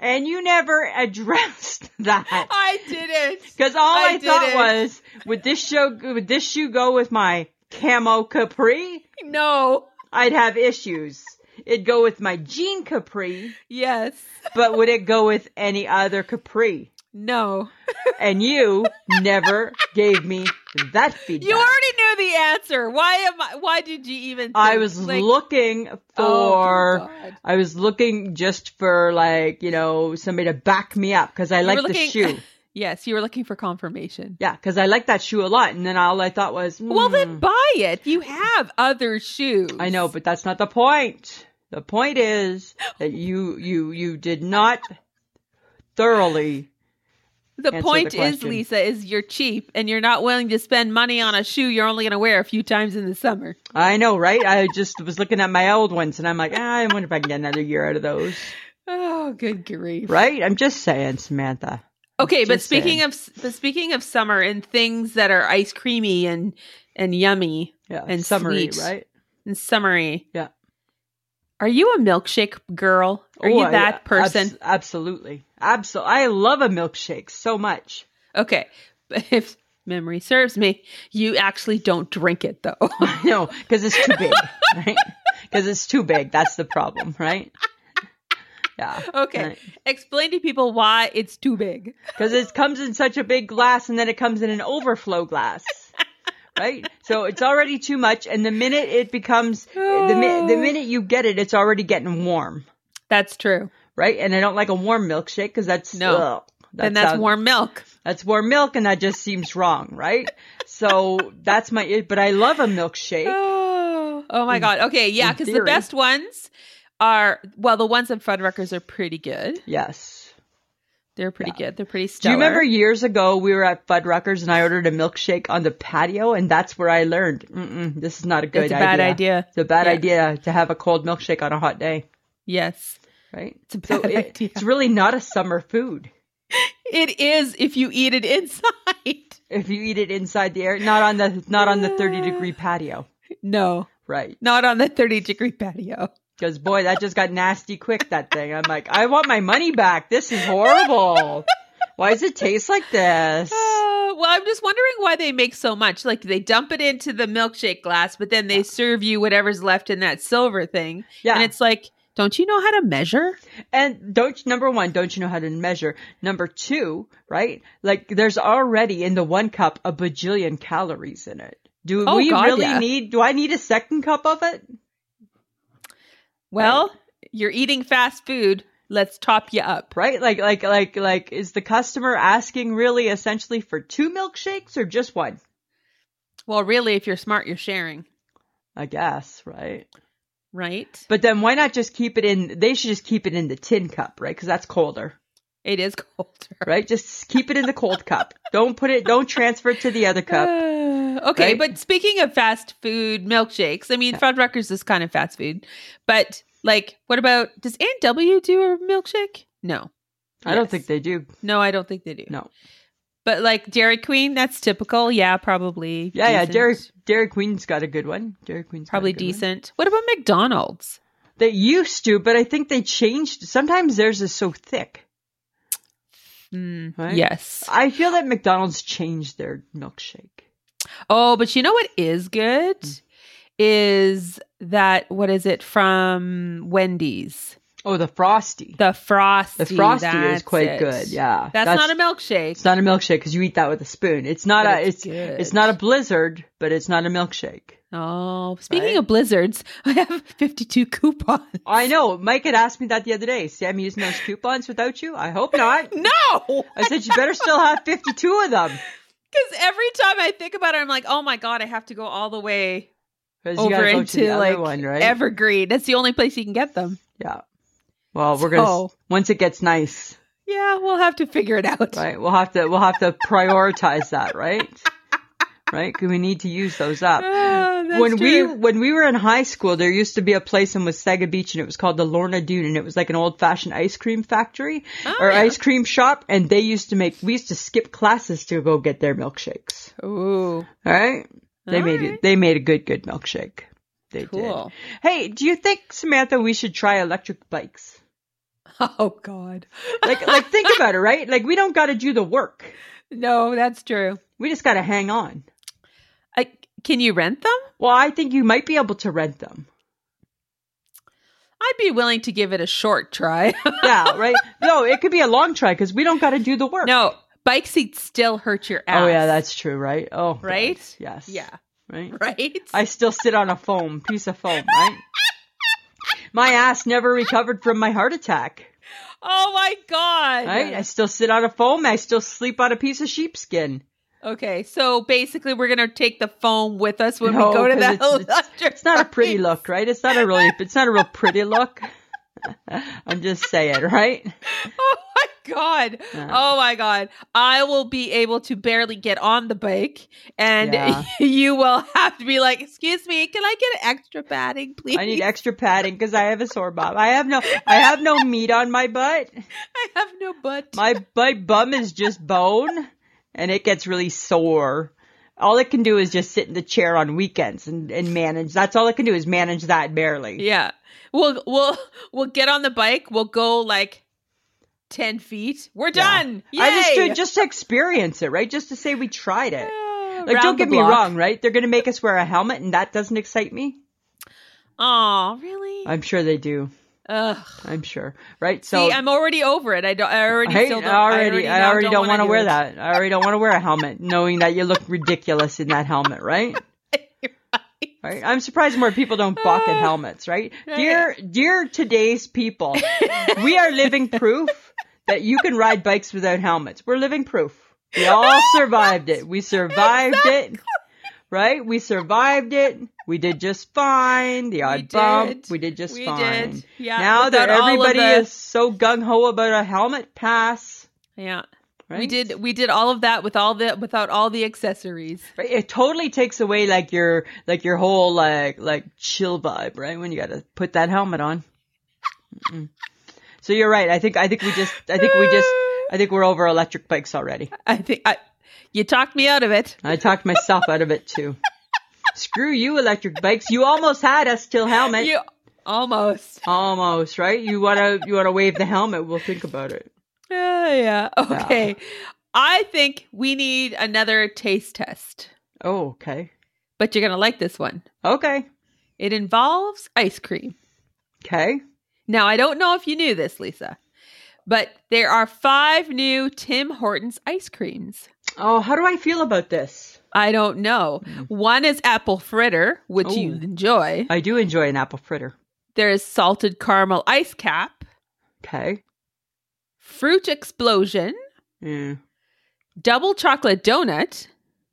Speaker 2: and you never addressed that.
Speaker 1: I didn't.
Speaker 2: Because all I,
Speaker 1: I
Speaker 2: thought
Speaker 1: didn't.
Speaker 2: was, would this show, would this shoe go with my camo capri?
Speaker 1: No.
Speaker 2: I'd have issues. It'd go with my jean capri,
Speaker 1: Yes.
Speaker 2: but would it go with any other capri?
Speaker 1: No.
Speaker 2: And you never gave me that feedback.
Speaker 1: You already knew the answer. Why am I why did you even think,
Speaker 2: I was
Speaker 1: like,
Speaker 2: looking for,
Speaker 1: oh, dear God.
Speaker 2: I was looking just for like, you know, somebody to back me up because I
Speaker 1: You were
Speaker 2: like the
Speaker 1: looking-
Speaker 2: shoe.
Speaker 1: Yes, you were looking for confirmation.
Speaker 2: Yeah, because I like that shoe a lot. And then all I thought was,
Speaker 1: Well
Speaker 2: "Hmm."
Speaker 1: then buy it. You have other shoes.
Speaker 2: I know, but that's not the point. The point is that you you you did not thoroughly.
Speaker 1: The
Speaker 2: Answer the
Speaker 1: point is,
Speaker 2: question.
Speaker 1: Lisa, is you're cheap and you're not willing to spend money on a shoe you're only going to wear a few times in the summer.
Speaker 2: I know, right? I just was looking at my old ones, and I'm like, ah, I wonder if I can get another year out of those,
Speaker 1: Oh, good grief!
Speaker 2: right? I'm just saying, Samantha.
Speaker 1: Okay, but
Speaker 2: Just
Speaker 1: speaking
Speaker 2: saying.
Speaker 1: of s- but speaking of summer and things that are ice creamy and and yummy
Speaker 2: Yeah,
Speaker 1: And
Speaker 2: summary,
Speaker 1: sweet.
Speaker 2: right?
Speaker 1: and summery,
Speaker 2: Yeah.
Speaker 1: Are you a milkshake girl? Are you
Speaker 2: Oh, I-
Speaker 1: that person?
Speaker 2: abs- absolutely, absolutely. I love a milkshake so much.
Speaker 1: okay, but if memory serves me, you actually don't drink it though.
Speaker 2: I know, because it's too big, right? Because it's too big. That's the problem, right? Yeah.
Speaker 1: okay,
Speaker 2: Right.
Speaker 1: explain to people why it's too big.
Speaker 2: because it comes in such a big glass and then it comes in an overflow glass right so it's already too much and the minute it becomes the, mi- the minute you get it it's already getting warm
Speaker 1: That's true.
Speaker 2: right and i don't like a warm milkshake because that's
Speaker 1: No.
Speaker 2: ugh, that
Speaker 1: Then that's
Speaker 2: sounds-
Speaker 1: warm milk.
Speaker 2: that's warm milk and that just seems wrong right so that's my it but i love a milkshake
Speaker 1: Oh, oh my
Speaker 2: In-
Speaker 1: god. Okay, yeah,
Speaker 2: in
Speaker 1: because the
Speaker 2: theory.
Speaker 1: best ones are well, the ones at Fuddruckers are pretty good.
Speaker 2: yes
Speaker 1: They're pretty good. They're pretty
Speaker 2: do you
Speaker 1: stellar.
Speaker 2: remember years ago we were at Fuddruckers and I ordered a milkshake on the patio and that's where I learned Mm-mm, this is not a good
Speaker 1: It's a bad idea.
Speaker 2: It's a bad
Speaker 1: Yeah.
Speaker 2: idea to have a cold milkshake on a hot day,
Speaker 1: Yes,
Speaker 2: right?
Speaker 1: it's a bad
Speaker 2: So it,
Speaker 1: idea.
Speaker 2: it's really not a summer food
Speaker 1: It is if you eat it inside.
Speaker 2: if you eat it inside the air, not on the not on the 30 degree patio,
Speaker 1: No,
Speaker 2: right?
Speaker 1: not on the thirty degree patio.
Speaker 2: Because boy, that just got nasty quick. That thing. I'm like, I want my money back. This is horrible. Why does it taste like this?
Speaker 1: Oh, well, I'm just wondering why they make so much. Like they dump it into the milkshake glass, but then they serve you whatever's left in that silver thing,
Speaker 2: Yeah,
Speaker 1: and it's like, don't you know how to measure?
Speaker 2: And don't, number one, don't you know how to measure? Number two, right? Like there's already in the one cup a bajillion calories in it. Do
Speaker 1: Oh,
Speaker 2: we
Speaker 1: God,
Speaker 2: really
Speaker 1: yeah.
Speaker 2: need, do I need a second cup of it?
Speaker 1: Well, you're eating fast food. Let's top you up.
Speaker 2: Right? Like, like, like, like, is the customer asking really essentially for two milkshakes or just one?
Speaker 1: Well, really, if you're smart, you're sharing,
Speaker 2: I guess, right?
Speaker 1: right?
Speaker 2: But then why not just keep it in, they should just keep it in the tin cup, right? Cause that's colder,
Speaker 1: It is colder.
Speaker 2: right? Just keep it in the cold cup. Don't put it, don't transfer it to the other cup.
Speaker 1: Uh, okay,
Speaker 2: right?
Speaker 1: but speaking of fast food milkshakes, I mean,
Speaker 2: Yeah.
Speaker 1: Fuddruckers is kind of fast food, but like, what about does Aunt W do a milkshake? No,
Speaker 2: I don't
Speaker 1: Yes.
Speaker 2: think they do.
Speaker 1: no, I don't think they do.
Speaker 2: No.
Speaker 1: but like Dairy Queen, that's typical. Yeah, probably.
Speaker 2: Yeah, yeah.
Speaker 1: decent.
Speaker 2: Dairy Dairy Queen's got a good one. Dairy Queen's
Speaker 1: probably
Speaker 2: got a good one.
Speaker 1: decent. What about McDonald's?
Speaker 2: They used to, but I think they changed. Sometimes theirs is so thick.
Speaker 1: Hmm,
Speaker 2: Right?
Speaker 1: Yes.
Speaker 2: I feel that McDonald's changed their milkshake.
Speaker 1: Oh, but you know what is good
Speaker 2: Hmm.
Speaker 1: is that what is it from Wendy's?
Speaker 2: Oh, the frosty.
Speaker 1: The frosty.
Speaker 2: The frosty is
Speaker 1: that's
Speaker 2: quite
Speaker 1: it.
Speaker 2: good. Yeah,
Speaker 1: That's, not a milkshake.
Speaker 2: It's not a milkshake because you eat that with a spoon. It's not
Speaker 1: But
Speaker 2: a.
Speaker 1: it's
Speaker 2: It's
Speaker 1: good.
Speaker 2: it's not a blizzard, but it's not a milkshake.
Speaker 1: Oh, speaking
Speaker 2: Right?
Speaker 1: of blizzards, I have 52 coupons.
Speaker 2: I know. Mike had asked me that the other day. Sam using those coupons without you? I hope not.
Speaker 1: No,
Speaker 2: I said you better still have fifty-two of them.
Speaker 1: because every time I think about it, I'm like, oh my god, I have to go all the way
Speaker 2: because you
Speaker 1: over
Speaker 2: gotta go to the
Speaker 1: into
Speaker 2: other
Speaker 1: like
Speaker 2: one, right?
Speaker 1: Evergreen. That's the only place you can get them.
Speaker 2: yeah. Well, we're gonna
Speaker 1: So-
Speaker 2: once it gets nice,
Speaker 1: Yeah, we'll have to figure it out.
Speaker 2: right? We'll have to we'll have to prioritize that, right? Right? 'Cause we need to use those up.
Speaker 1: Ah, that's
Speaker 2: when we
Speaker 1: true.
Speaker 2: when we were in high school, there used to be a place in Wasaga Beach, and it was called the Lorna Dune, and it was like an old fashioned ice cream factory
Speaker 1: Oh,
Speaker 2: or
Speaker 1: yeah.
Speaker 2: ice cream shop, and they used to make. We used to skip classes to go get their milkshakes.
Speaker 1: Ooh,
Speaker 2: All right, they
Speaker 1: All
Speaker 2: made
Speaker 1: right.
Speaker 2: it. They made a good good milkshake. They
Speaker 1: cool.
Speaker 2: did. Hey, do you think Samantha we should try electric bikes?
Speaker 1: Oh God,
Speaker 2: Like like think about it, right? Like we don't got to do the work.
Speaker 1: no, that's true.
Speaker 2: We just got to hang on.
Speaker 1: I, can you rent them?
Speaker 2: Well, I think you might be able to rent them.
Speaker 1: I'd be willing to give it a short try.
Speaker 2: Yeah, right? No, it could be a long try because we don't got to do the work.
Speaker 1: no, bike seats still hurt your ass.
Speaker 2: Oh yeah, that's true, right? Oh, God.
Speaker 1: Right?
Speaker 2: Yes.
Speaker 1: yeah,
Speaker 2: Right.
Speaker 1: right.
Speaker 2: I still sit on a foam piece of foam, right? My ass never recovered from my heart attack.
Speaker 1: oh my God.
Speaker 2: Right? I still sit on a foam. I still sleep on a piece of sheepskin.
Speaker 1: Okay, so basically, we're gonna take the foam with us when
Speaker 2: No,
Speaker 1: we go to
Speaker 2: 'cause
Speaker 1: that
Speaker 2: it's- it's-
Speaker 1: electric
Speaker 2: It's not a pretty
Speaker 1: bike.
Speaker 2: look, right? It's not a really. It's not a real pretty look. I'm just saying, right?
Speaker 1: Oh my god!
Speaker 2: Yeah.
Speaker 1: Oh my god! I will be able to barely get on the bike, and
Speaker 2: Yeah.
Speaker 1: you will have to be like, "Excuse me, can I get extra padding, please?
Speaker 2: I need extra padding because I have a sore bum. I have no. I have no meat on my butt.
Speaker 1: I have no butt."
Speaker 2: My my bum is just bone, and it gets really sore. All it can do is just sit in the chair on weekends and, and manage. That's all it can do is manage that barely.
Speaker 1: yeah, we'll we'll we'll get on the bike. We'll go like ten feet. We're
Speaker 2: Yeah.
Speaker 1: done.
Speaker 2: I just
Speaker 1: Yay!
Speaker 2: do just to experience it, right? Just to say we tried it.
Speaker 1: Ah,
Speaker 2: Like,
Speaker 1: round
Speaker 2: don't
Speaker 1: the
Speaker 2: get me
Speaker 1: block.
Speaker 2: wrong, right? They're gonna make us wear a helmet, and that doesn't excite me.
Speaker 1: Aw, really?
Speaker 2: I'm sure they do.
Speaker 1: Ugh.
Speaker 2: I'm sure, right? So
Speaker 1: See, I'm already over it. I don't. I already
Speaker 2: I,
Speaker 1: still don't.
Speaker 2: already, I
Speaker 1: now
Speaker 2: already don't, want to
Speaker 1: do
Speaker 2: wear
Speaker 1: it.
Speaker 2: that. I already don't want to wear a helmet, knowing that you look ridiculous in that helmet, right? Right. I'm surprised more people don't balk at
Speaker 1: Uh,
Speaker 2: helmets, right?
Speaker 1: right.
Speaker 2: Dear, dear today's people, we are living proof that you can ride bikes without helmets. We're living proof. We all survived it. We survived it. Right? We survived it. We did just fine. The odd bump.
Speaker 1: did.
Speaker 2: We did just
Speaker 1: we
Speaker 2: fine.
Speaker 1: did. Yeah.
Speaker 2: Now that
Speaker 1: without all of
Speaker 2: everybody
Speaker 1: the-
Speaker 2: is so gung ho about a helmet pass,
Speaker 1: Yeah.
Speaker 2: right?
Speaker 1: We did we did all of that with all the without all the accessories.
Speaker 2: Right? It totally takes away like your like your whole like like chill vibe, right? When you got to put that helmet on. Mm-mm. So you're right. I think I think we just I think we just I think we're over electric bikes already.
Speaker 1: I think I you talked me out of it.
Speaker 2: I talked myself out of it too. Screw you, electric bikes. You almost had us till helmet.
Speaker 1: You almost.
Speaker 2: Almost, right? You wanna you wanna wave the helmet? We'll think about it.
Speaker 1: Uh, yeah. Okay. I think we need another taste test.
Speaker 2: Oh, okay,
Speaker 1: But you're going to like this one.
Speaker 2: okay,
Speaker 1: It involves ice cream.
Speaker 2: okay.
Speaker 1: Now, I don't know if you knew this, Lisa, but there are 5 new Tim Hortons ice creams.
Speaker 2: Oh, how do I feel about this?
Speaker 1: I don't know. One is apple fritter, which you
Speaker 2: Mm. Ooh.
Speaker 1: enjoy.
Speaker 2: I do enjoy an apple fritter.
Speaker 1: There is salted caramel ice cap,
Speaker 2: Okay.
Speaker 1: fruit explosion,
Speaker 2: Yeah.
Speaker 1: double chocolate donut,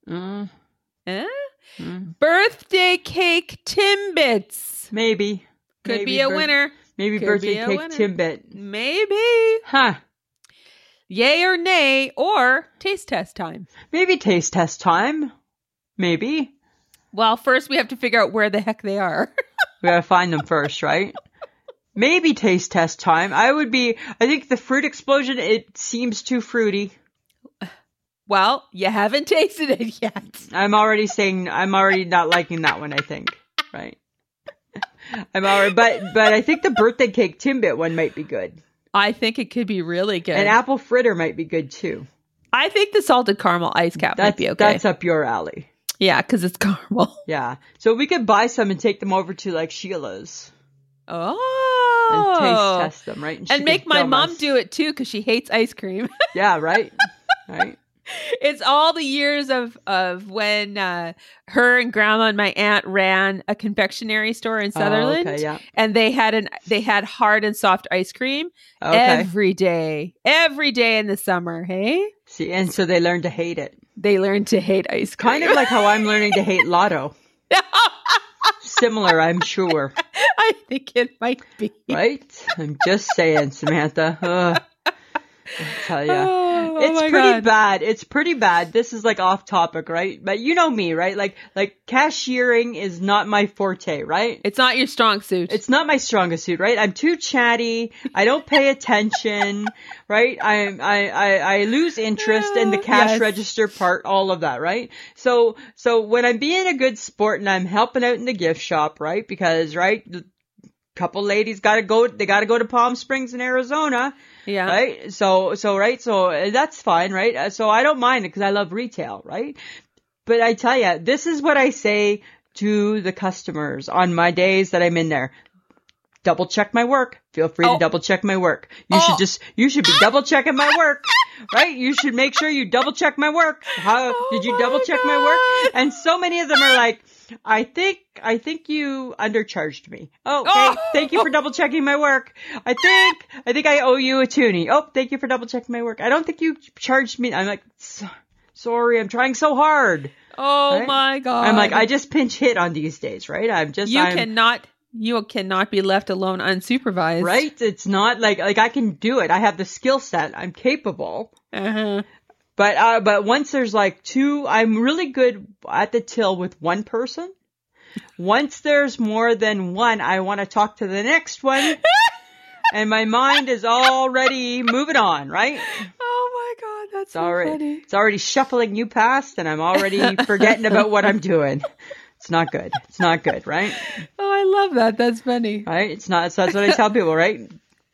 Speaker 2: Mm,
Speaker 1: eh?
Speaker 2: mm.
Speaker 1: birthday cake Timbits.
Speaker 2: Maybe.
Speaker 1: Could
Speaker 2: Maybe
Speaker 1: be a
Speaker 2: birth-
Speaker 1: winner.
Speaker 2: Maybe
Speaker 1: Could be
Speaker 2: birthday
Speaker 1: a
Speaker 2: cake
Speaker 1: winner.
Speaker 2: Timbit.
Speaker 1: Maybe.
Speaker 2: Huh.
Speaker 1: Yay or nay, or taste test time.
Speaker 2: Maybe taste test time. Maybe.
Speaker 1: Well, first we have to figure out where the heck they are.
Speaker 2: We gotta find them first, right? Maybe taste test time. I would be I think the fruit explosion it seems too fruity.
Speaker 1: well, you haven't tasted it yet.
Speaker 2: I'm already saying I'm already not liking that one, I think. Right. I'm already but but I think the birthday cake Timbit one might be good.
Speaker 1: I think it could be really good.
Speaker 2: And apple fritter might be good too.
Speaker 1: I think the salted caramel ice cap
Speaker 2: That's
Speaker 1: might be okay.
Speaker 2: that's up your alley.
Speaker 1: Yeah, because it's caramel.
Speaker 2: Yeah. So we could buy some and take them over to like Sheila's. and
Speaker 1: Oh.
Speaker 2: taste test them, right? she
Speaker 1: and
Speaker 2: could
Speaker 1: make my
Speaker 2: film
Speaker 1: mom
Speaker 2: us.
Speaker 1: do it too because she hates ice cream
Speaker 2: Yeah, right, right.
Speaker 1: it's all the years of of when uh her and grandma and my aunt ran a confectionery store in sutherland
Speaker 2: Oh, okay, yeah.
Speaker 1: and they had an they had hard and soft ice cream
Speaker 2: Okay.
Speaker 1: every day every day in the summer hey
Speaker 2: See, and so they learn to hate it,
Speaker 1: they learned to hate ice cream
Speaker 2: kind of like how I'm learning to hate Lotto. similar, I'm sure.
Speaker 1: I think it might be.
Speaker 2: Right? I'm just saying, Samantha. Ugh. I tell you.
Speaker 1: Oh,
Speaker 2: it's
Speaker 1: my
Speaker 2: pretty
Speaker 1: God.
Speaker 2: bad. It's pretty bad. This is like off topic, right? But you know me, right? Like like cashiering is not my forte, right?
Speaker 1: It's not your strong suit.
Speaker 2: It's not my strongest suit, right? I'm too chatty. I don't pay attention, right? I'm, I, I, I lose interest in the cash
Speaker 1: Yes.
Speaker 2: register part, all of that, right? So, so when I'm being a good sport and I'm helping out in the gift shop, right? Because, right, couple ladies gotta go, they gotta go to Palm Springs in Arizona,
Speaker 1: yeah.
Speaker 2: right? So, so, right? So uh, that's fine, right? Uh, So I don't mind it because I love retail, right? But I tell you, this is what I say to the customers on my days that I'm in there. Double check my work. Feel free
Speaker 1: Oh.
Speaker 2: to double check my work. You
Speaker 1: Oh.
Speaker 2: should just, you should be double checking my work, right? You should make sure you double check my work. How
Speaker 1: Oh
Speaker 2: uh, did you
Speaker 1: my
Speaker 2: double check my
Speaker 1: God.
Speaker 2: work? And so many of them are like, I think, I think you undercharged me. Oh, okay.
Speaker 1: Oh.
Speaker 2: Thank you for double checking my work. I think, I think I owe you a toonie. Oh, thank you for double checking my work. I don't think you charged me. I'm like, "So- sorry, I'm trying so hard.
Speaker 1: Oh
Speaker 2: Right?
Speaker 1: my god.
Speaker 2: I'm like, I just pinch hit on these days, right? I'm just,
Speaker 1: you
Speaker 2: I'm,
Speaker 1: cannot you cannot be left alone unsupervised.
Speaker 2: right? It's not like, like I can do it. I have the skill set. I'm capable.
Speaker 1: Uh-huh.
Speaker 2: But, uh, but once there's like two, I'm really good at the till with one person. Once there's more than one, I want to talk to the next one. And my mind is already moving on, right?
Speaker 1: Oh my god, that's
Speaker 2: It's
Speaker 1: so
Speaker 2: already,
Speaker 1: funny.
Speaker 2: it's already shuffling you past and I'm already forgetting about what I'm doing. It's not good. It's not good, right?
Speaker 1: Oh, I love that. That's funny.
Speaker 2: Right? It's not, so that's what I tell people, right?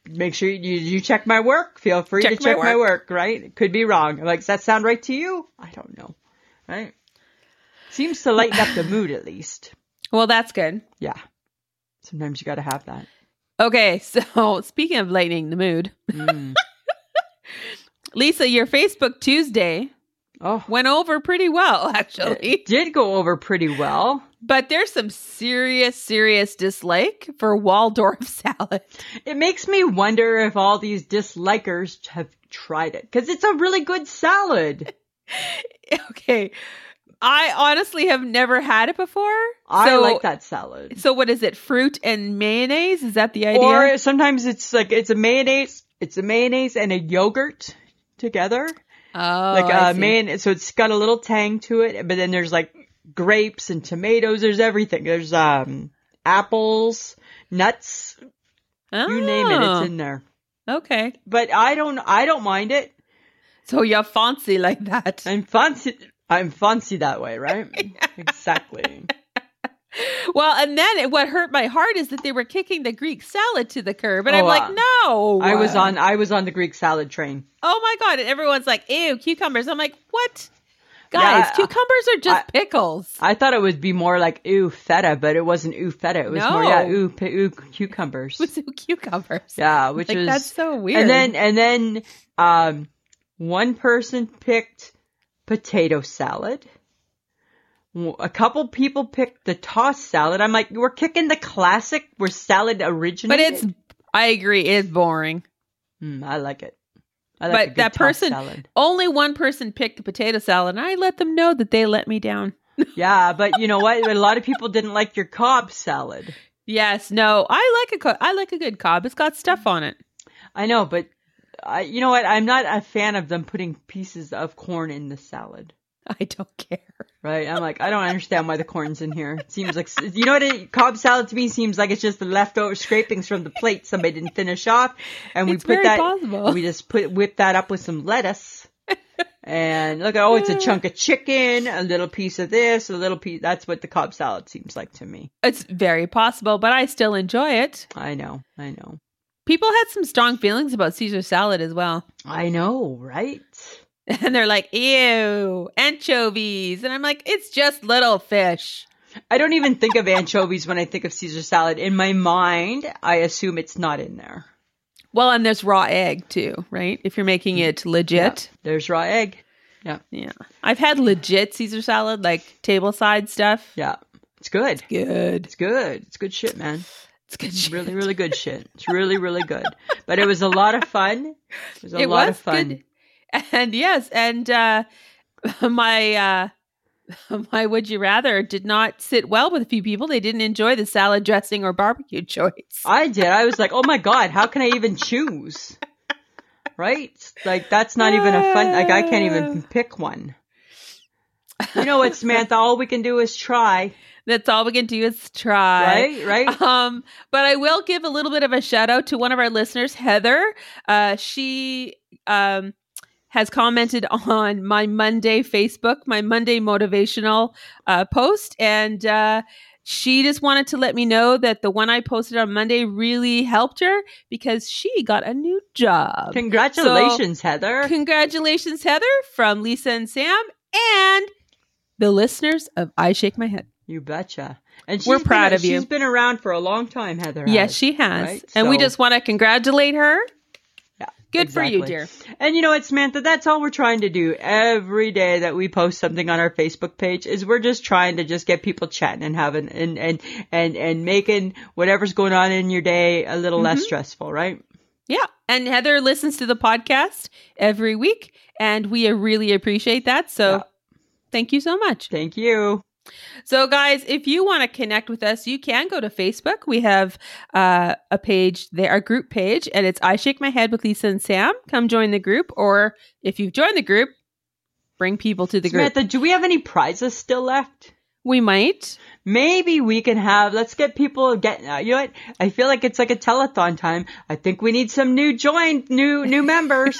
Speaker 2: Make sure you, you check my work. Feel free
Speaker 1: Check
Speaker 2: to
Speaker 1: my
Speaker 2: check my work, right? It could be wrong. I'm like, does that sound right to you? I don't know. Right? Seems to lighten up the mood at least.
Speaker 1: Well, that's good.
Speaker 2: Yeah. Sometimes you gotta have that.
Speaker 1: Okay, so speaking of lightening the mood,
Speaker 2: Mm.
Speaker 1: Lisa, your Facebook Tuesday
Speaker 2: Oh,
Speaker 1: went over pretty well actually.
Speaker 2: it did go over pretty well.
Speaker 1: But there's some serious serious dislike for Waldorf salad.
Speaker 2: It makes me wonder if all these dislikers have tried it because it's a really good salad.
Speaker 1: Okay. I honestly have never had it before.
Speaker 2: I
Speaker 1: so-
Speaker 2: like that salad.
Speaker 1: So what is it? Fruit and mayonnaise? Is that the idea?
Speaker 2: Or sometimes it's like it's a mayonnaise, it's a mayonnaise and a yogurt together,
Speaker 1: oh,
Speaker 2: like
Speaker 1: I
Speaker 2: uh,
Speaker 1: see.
Speaker 2: mayon. So it's got a little tang to it, but then there's like grapes and tomatoes. There's everything. There's um apples, nuts. You name it,
Speaker 1: Oh,
Speaker 2: it's in there.
Speaker 1: okay.
Speaker 2: But I don't, I don't mind it.
Speaker 1: So you're fancy like that.
Speaker 2: I'm fancy. I'm fancy that way, right? exactly.
Speaker 1: Well, and then it, what hurt my heart is that they were kicking the Greek salad to the curb, and I'm
Speaker 2: Oh,
Speaker 1: like,
Speaker 2: uh,
Speaker 1: no.
Speaker 2: I was on I was on the Greek salad train.
Speaker 1: Oh my god! And everyone's like, ew, cucumbers. I'm like, what?
Speaker 2: Yeah,
Speaker 1: Guys,
Speaker 2: I- uh,
Speaker 1: cucumbers are just
Speaker 2: I-
Speaker 1: pickles.
Speaker 2: I thought it would be more like ooh feta, but it wasn't ooh feta. It was more
Speaker 1: No.
Speaker 2: yeah ooh, pe- ooh cucumbers.
Speaker 1: What's with cucumbers?
Speaker 2: yeah, which
Speaker 1: like
Speaker 2: was
Speaker 1: that's so weird.
Speaker 2: and then and then um one person picked potato salad. W- A couple people picked the tossed salad. I'm like, we're kicking the classic where salad
Speaker 1: but
Speaker 2: originated.
Speaker 1: it's, I agree, it's boring.
Speaker 2: Mm, I like it. I
Speaker 1: But
Speaker 2: like a good
Speaker 1: that
Speaker 2: tossed
Speaker 1: person-
Speaker 2: salad.
Speaker 1: Only one person picked the potato salad, and I let them know that they let me down.
Speaker 2: Yeah, but you know what? A lot of people didn't like your cob salad.
Speaker 1: Yes, no, I like a co- I like a good cob. It's got stuff on it.
Speaker 2: I know, but I, you know what? I'm not a fan of them putting pieces of corn in the salad.
Speaker 1: I don't care.
Speaker 2: Right? I'm like, I don't understand why the corn's in here. It seems like you know what? It, Cobb salad to me seems like it's just the leftover scrapings from the plate somebody didn't finish off, and we
Speaker 1: it's
Speaker 2: put
Speaker 1: very
Speaker 2: that
Speaker 1: possible.
Speaker 2: we just put whip that up with some lettuce. And look, oh, it's a chunk of chicken, a little piece of this, a little piece. That's what the Cobb salad seems like to me.
Speaker 1: it's very possible, but I still enjoy it.
Speaker 2: I know, I know,
Speaker 1: People had some strong feelings about Caesar salad as well,
Speaker 2: I know, right?
Speaker 1: and they're like, "Ew, anchovies," and I'm like, "It's just little fish."
Speaker 2: I don't even think of anchovies when I think of Caesar salad. In my mind, I assume it's not in there.
Speaker 1: Well, and there's raw egg too, right? If you're making
Speaker 2: Mm-hmm.
Speaker 1: it legit,
Speaker 2: There's raw egg.
Speaker 1: I've had legit Caesar salad, like table side stuff.
Speaker 2: Yeah. It's good.
Speaker 1: Good,
Speaker 2: It's good. It's good shit, man.
Speaker 1: it's good.
Speaker 2: It's
Speaker 1: shit.
Speaker 2: really, really good shit. It's really, really good. But it was a lot of fun. It was a
Speaker 1: it
Speaker 2: lot
Speaker 1: was
Speaker 2: of fun.
Speaker 1: good. And yes, and uh my uh My would you rather did not sit well with a few people. They didn't enjoy the salad dressing or barbecue choice.
Speaker 2: I did. I was like, oh my God, how can I even choose? Right? Like, that's not even a fun, like, I can't
Speaker 1: Uh.
Speaker 2: even pick one. You know what, Samantha? All we can do is try.
Speaker 1: That's all we can do is try.
Speaker 2: Right? Right?
Speaker 1: Um, but I will give a little bit of a shout out to one of our listeners, Heather. Uh, she um, has commented on my Monday Facebook, my Monday motivational uh, post, and uh, she just wanted to let me know that the one I posted on Monday really helped her because she got a new job.
Speaker 2: Congratulations, Heather.
Speaker 1: Congratulations, Heather, from Lisa and Sam, and the listeners of I Shake My Head.
Speaker 2: You betcha. And she's
Speaker 1: We're
Speaker 2: been-
Speaker 1: proud of you.
Speaker 2: She's been around for a long time, Heather.
Speaker 1: Yes,
Speaker 2: has.
Speaker 1: she has.
Speaker 2: right?
Speaker 1: And we
Speaker 2: So-
Speaker 1: just want to congratulate her.
Speaker 2: Yeah,
Speaker 1: Good for you,
Speaker 2: exactly.
Speaker 1: dear.
Speaker 2: And you know what, Samantha? That's all we're trying to do every day that we post something on our Facebook page is we're just trying to just get people chatting and having and and and and making whatever's going on in your day a little
Speaker 1: Mm-hmm.
Speaker 2: less stressful, right?
Speaker 1: Yeah. And Heather listens to the podcast every week, and we really appreciate that. So
Speaker 2: Yeah.
Speaker 1: thank you so much.
Speaker 2: Thank you.
Speaker 1: So, guys, if you want to connect with us, you can go to Facebook. We have uh, a page there, our group page, and it's I Shake My Head with Lisa and Sam. Come join the group. Or if you've joined the group, bring people to the group.
Speaker 2: Samantha, do we have any prizes still left?
Speaker 1: We might.
Speaker 2: Maybe we can have. Let's get people getting. Uh, you know what? I feel like it's like a telethon time. I think we need some new joined, new new members,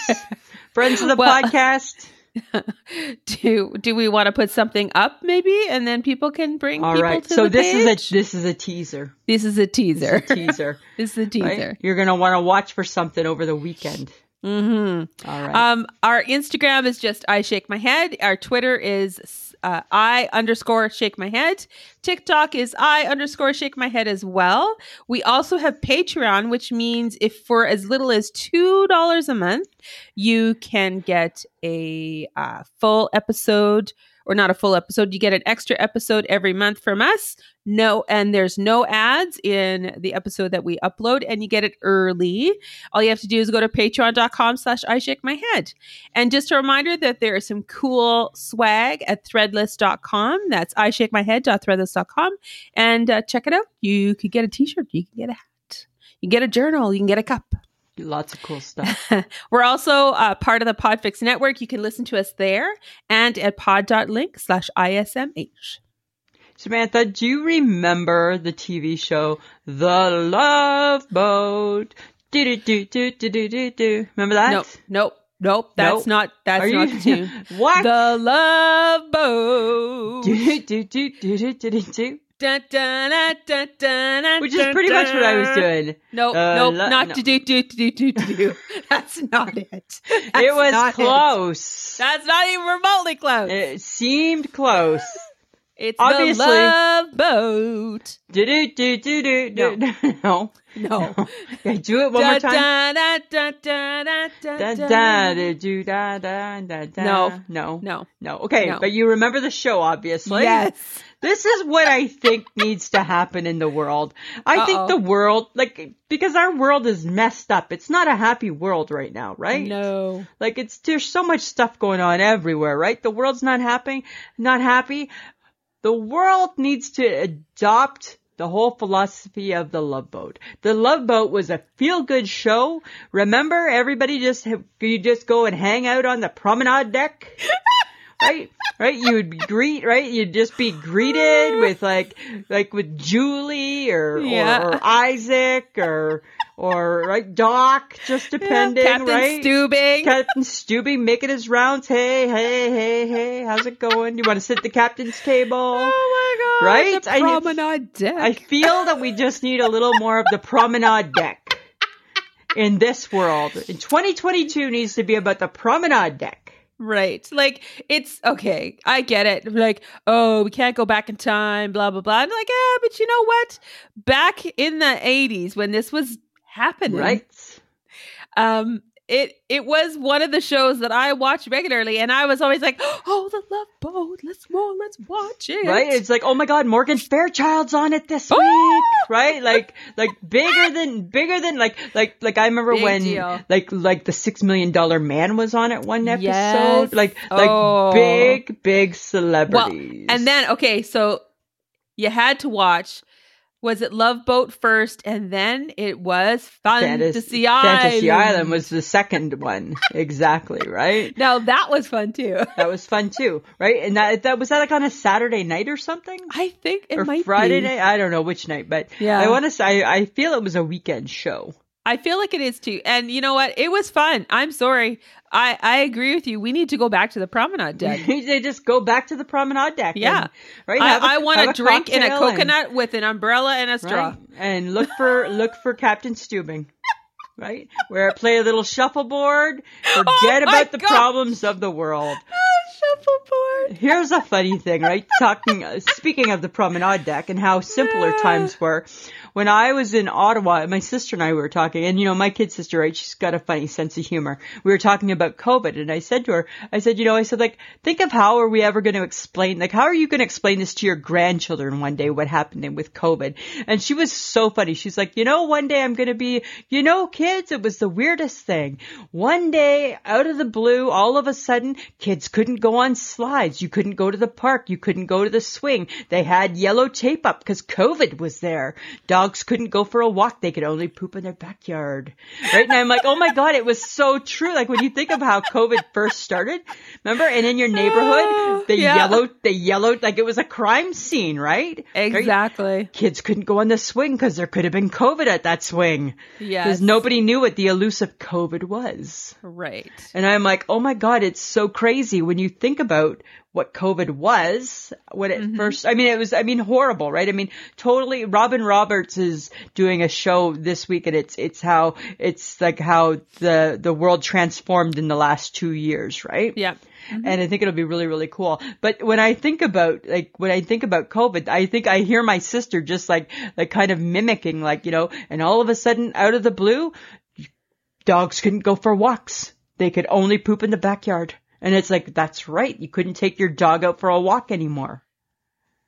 Speaker 2: friends of the
Speaker 1: Well-
Speaker 2: podcast.
Speaker 1: do do we want to put something up maybe and then people can bring
Speaker 2: All
Speaker 1: people
Speaker 2: right.
Speaker 1: to
Speaker 2: So
Speaker 1: the
Speaker 2: this
Speaker 1: page?
Speaker 2: is a this is a teaser.
Speaker 1: this is a teaser
Speaker 2: It's a teaser.
Speaker 1: this is a
Speaker 2: right?
Speaker 1: teaser
Speaker 2: You're gonna want to watch for something over the weekend.
Speaker 1: hmm
Speaker 2: All right.
Speaker 1: um our instagram is just i shake my head our twitter is uh, i underscore shake my head tiktok is i underscore shake my head as well we also have patreon which means if for as little as two dollars a month you can get a uh, full episode or not a full episode you get an extra episode every month from us no and there's no ads in the episode that we upload and you get it early all you have to do is go to patreon.com slash i shake my head and just a reminder that there is some cool swag at threadless.com that's i shake my head.threadless.com and uh, check it out you could get a t-shirt you can get a hat you can get a journal you can get a cup
Speaker 2: Lots of cool stuff.
Speaker 1: we're also uh, part of the Podfix Network. You can listen to us there and at pod.link slash ISMH.
Speaker 2: Samantha, do you remember the TV show The Love Boat? Do do do do do do do do. Remember that?
Speaker 1: Nope, nope, nope. That's
Speaker 2: Nope.
Speaker 1: not, that's
Speaker 2: Are
Speaker 1: not
Speaker 2: you
Speaker 1: the tune.
Speaker 2: what?
Speaker 1: The Love Boat.
Speaker 2: do, do, do, do, do, do, do, do,
Speaker 1: Dun, dun, dun, dun, dun, dun,
Speaker 2: which is pretty
Speaker 1: dun,
Speaker 2: much what I was
Speaker 1: dun.
Speaker 2: doing.
Speaker 1: Nope,
Speaker 2: Uh,
Speaker 1: nope,
Speaker 2: lo-
Speaker 1: not
Speaker 2: no.
Speaker 1: to do, do, to do, to do, do. That's not it. That's
Speaker 2: It was
Speaker 1: not
Speaker 2: close.
Speaker 1: That's not even remotely close.
Speaker 2: It seemed close.
Speaker 1: it's
Speaker 2: obviously-
Speaker 1: the love boat.
Speaker 2: Do do do do do do. No.
Speaker 1: No.
Speaker 2: Okay, do it one more time.
Speaker 1: Da, da, da, da, da, da,
Speaker 2: Da
Speaker 1: da.
Speaker 2: da da do da da da da.
Speaker 1: No.
Speaker 2: no,
Speaker 1: No.
Speaker 2: no. Okay,
Speaker 1: No.
Speaker 2: but you remember the show, obviously.
Speaker 1: Yes.
Speaker 2: This is what I think needs to happen in the world. I
Speaker 1: Uh-oh.
Speaker 2: think the world, like, because our world is messed up. It's not a happy world right now, right?
Speaker 1: No.
Speaker 2: Like it's there's so much stuff going on everywhere, right? The world's not happy, not happy. The world needs to adopt the whole philosophy of the Love Boat. The Love Boat was a feel-good show. Remember, everybody just ha- you just go and hang out on the promenade deck. Right, right. You would greet, right. You'd just be greeted with like, like with Julie or
Speaker 1: Yeah.
Speaker 2: or, or Isaac or or right Doc, just depending,
Speaker 1: Captain
Speaker 2: right?
Speaker 1: Stubing.
Speaker 2: Captain Stubby making his rounds. Hey, hey, hey, hey, how's it going? You want to sit at the captain's table?
Speaker 1: oh my god.
Speaker 2: Right?
Speaker 1: The
Speaker 2: I-
Speaker 1: promenade deck.
Speaker 2: I feel that we just need a little more of the promenade deck in this world. In 2022 needs to be about the promenade deck.
Speaker 1: right. Like it's okay. I get it. Like, oh, we can't go back in time, blah blah blah. And like, yeah, but you know what? Back in the 80s when this was happening.
Speaker 2: Right?
Speaker 1: Um it it was one of the shows that I watched regularly and I was always like, "Oh, the love boat. Let's more let's watch it."
Speaker 2: Right? It's like, oh my God, Morgan Fairchild's on it this
Speaker 1: Oh,
Speaker 2: week, right? Like like bigger than bigger than like like like I remember
Speaker 1: Big
Speaker 2: when
Speaker 1: deal.
Speaker 2: like like the six million dollar man was on it one episode.
Speaker 1: Yes.
Speaker 2: Like like
Speaker 1: Oh.
Speaker 2: big big celebrities.
Speaker 1: And then okay, so you had to watch. Was it Love Boat first, and then it was
Speaker 2: Fantas-
Speaker 1: Fantasy Island?
Speaker 2: Fantasy Island was the second one. exactly, right?
Speaker 1: Now that was fun too.
Speaker 2: That was fun too, right? And that that was that like on a Saturday night or something?
Speaker 1: I think it
Speaker 2: or
Speaker 1: might
Speaker 2: Friday
Speaker 1: be.
Speaker 2: night? I don't know which night, but
Speaker 1: Yeah.
Speaker 2: I want to say I, I feel it was a weekend show.
Speaker 1: I feel like it is too. And you know what? It was fun. I'm sorry. I I agree with you. We need to go back to the promenade deck.
Speaker 2: they just go back to the promenade deck. and-
Speaker 1: Yeah.
Speaker 2: right.
Speaker 1: I,
Speaker 2: Have a-
Speaker 1: I want
Speaker 2: have
Speaker 1: a drink in a
Speaker 2: cocktail and-
Speaker 1: coconut with an umbrella and a straw.
Speaker 2: right? And look for look for Captain Steubing. Right? Where play a little shuffleboard, forget
Speaker 1: Oh my
Speaker 2: about the
Speaker 1: gosh.
Speaker 2: problems of the world.
Speaker 1: Ah, Shuffleboard.
Speaker 2: Here's a funny thing, right? Talking, uh, speaking of the promenade deck and how simpler
Speaker 1: Yeah.
Speaker 2: times were. When I was in Ottawa, my sister and I were talking, and you know, my kid sister, right? She's got a funny sense of humor. We were talking about COVID, and I said to her, I said, you know, I said, like, think of how are we ever going to explain, like, how are you going to explain this to your grandchildren one day, what happened in- with COVID? And she was so funny. She's like, you know, one day I'm going to be, you know, kids, it was the weirdest thing. One day, out of the blue, all of a sudden, kids couldn't go on slides. You couldn't go to the park. You couldn't go to the swing. They had yellow tape up because COVID was there. Dogs couldn't go for a walk. They could only poop in their backyard. Right. And I'm like, oh my God, it was so true. Like when you think of how COVID first started, remember? And in your neighborhood, they
Speaker 1: Yeah.
Speaker 2: yellowed, they yellowed, like it was a crime scene, right? Right?
Speaker 1: Exactly.
Speaker 2: Kids couldn't go on the swing because there could have been COVID at that swing.
Speaker 1: Yes.
Speaker 2: Because nobody knew what the elusive COVID was.
Speaker 1: Right.
Speaker 2: And I'm like, oh my God, it's so crazy when you think about what COVID was when
Speaker 1: Mm-hmm.
Speaker 2: it first, I mean, it was, I mean, horrible, right? I mean, totally, Robin Roberts is doing a show this week and it's, it's how, it's like how the, the world transformed in the last two years, right?
Speaker 1: Yeah.
Speaker 2: and I think it'll be really, really cool. But when I think about like when I think about COVID, I think I hear my sister just like like kind of mimicking like you know, and all of a sudden out of the blue, dogs couldn't go for walks; they could only poop in the backyard. And it's like that's right, you couldn't take your dog out for a walk anymore.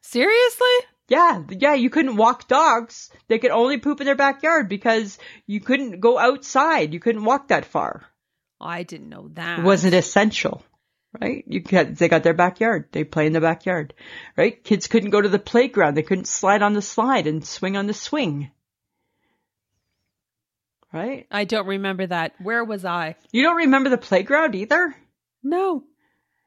Speaker 1: Seriously?
Speaker 2: Yeah, yeah, you couldn't walk dogs. They could only poop in their backyard because you couldn't go outside. You couldn't walk that far.
Speaker 1: I didn't know that.
Speaker 2: It wasn't essential, right? You got, they got their backyard. They play in the backyard, right? Kids couldn't go to the playground. They couldn't slide on the slide and swing on the swing. Right?
Speaker 1: I don't remember that. Where was I?
Speaker 2: You don't remember the playground either?
Speaker 1: No.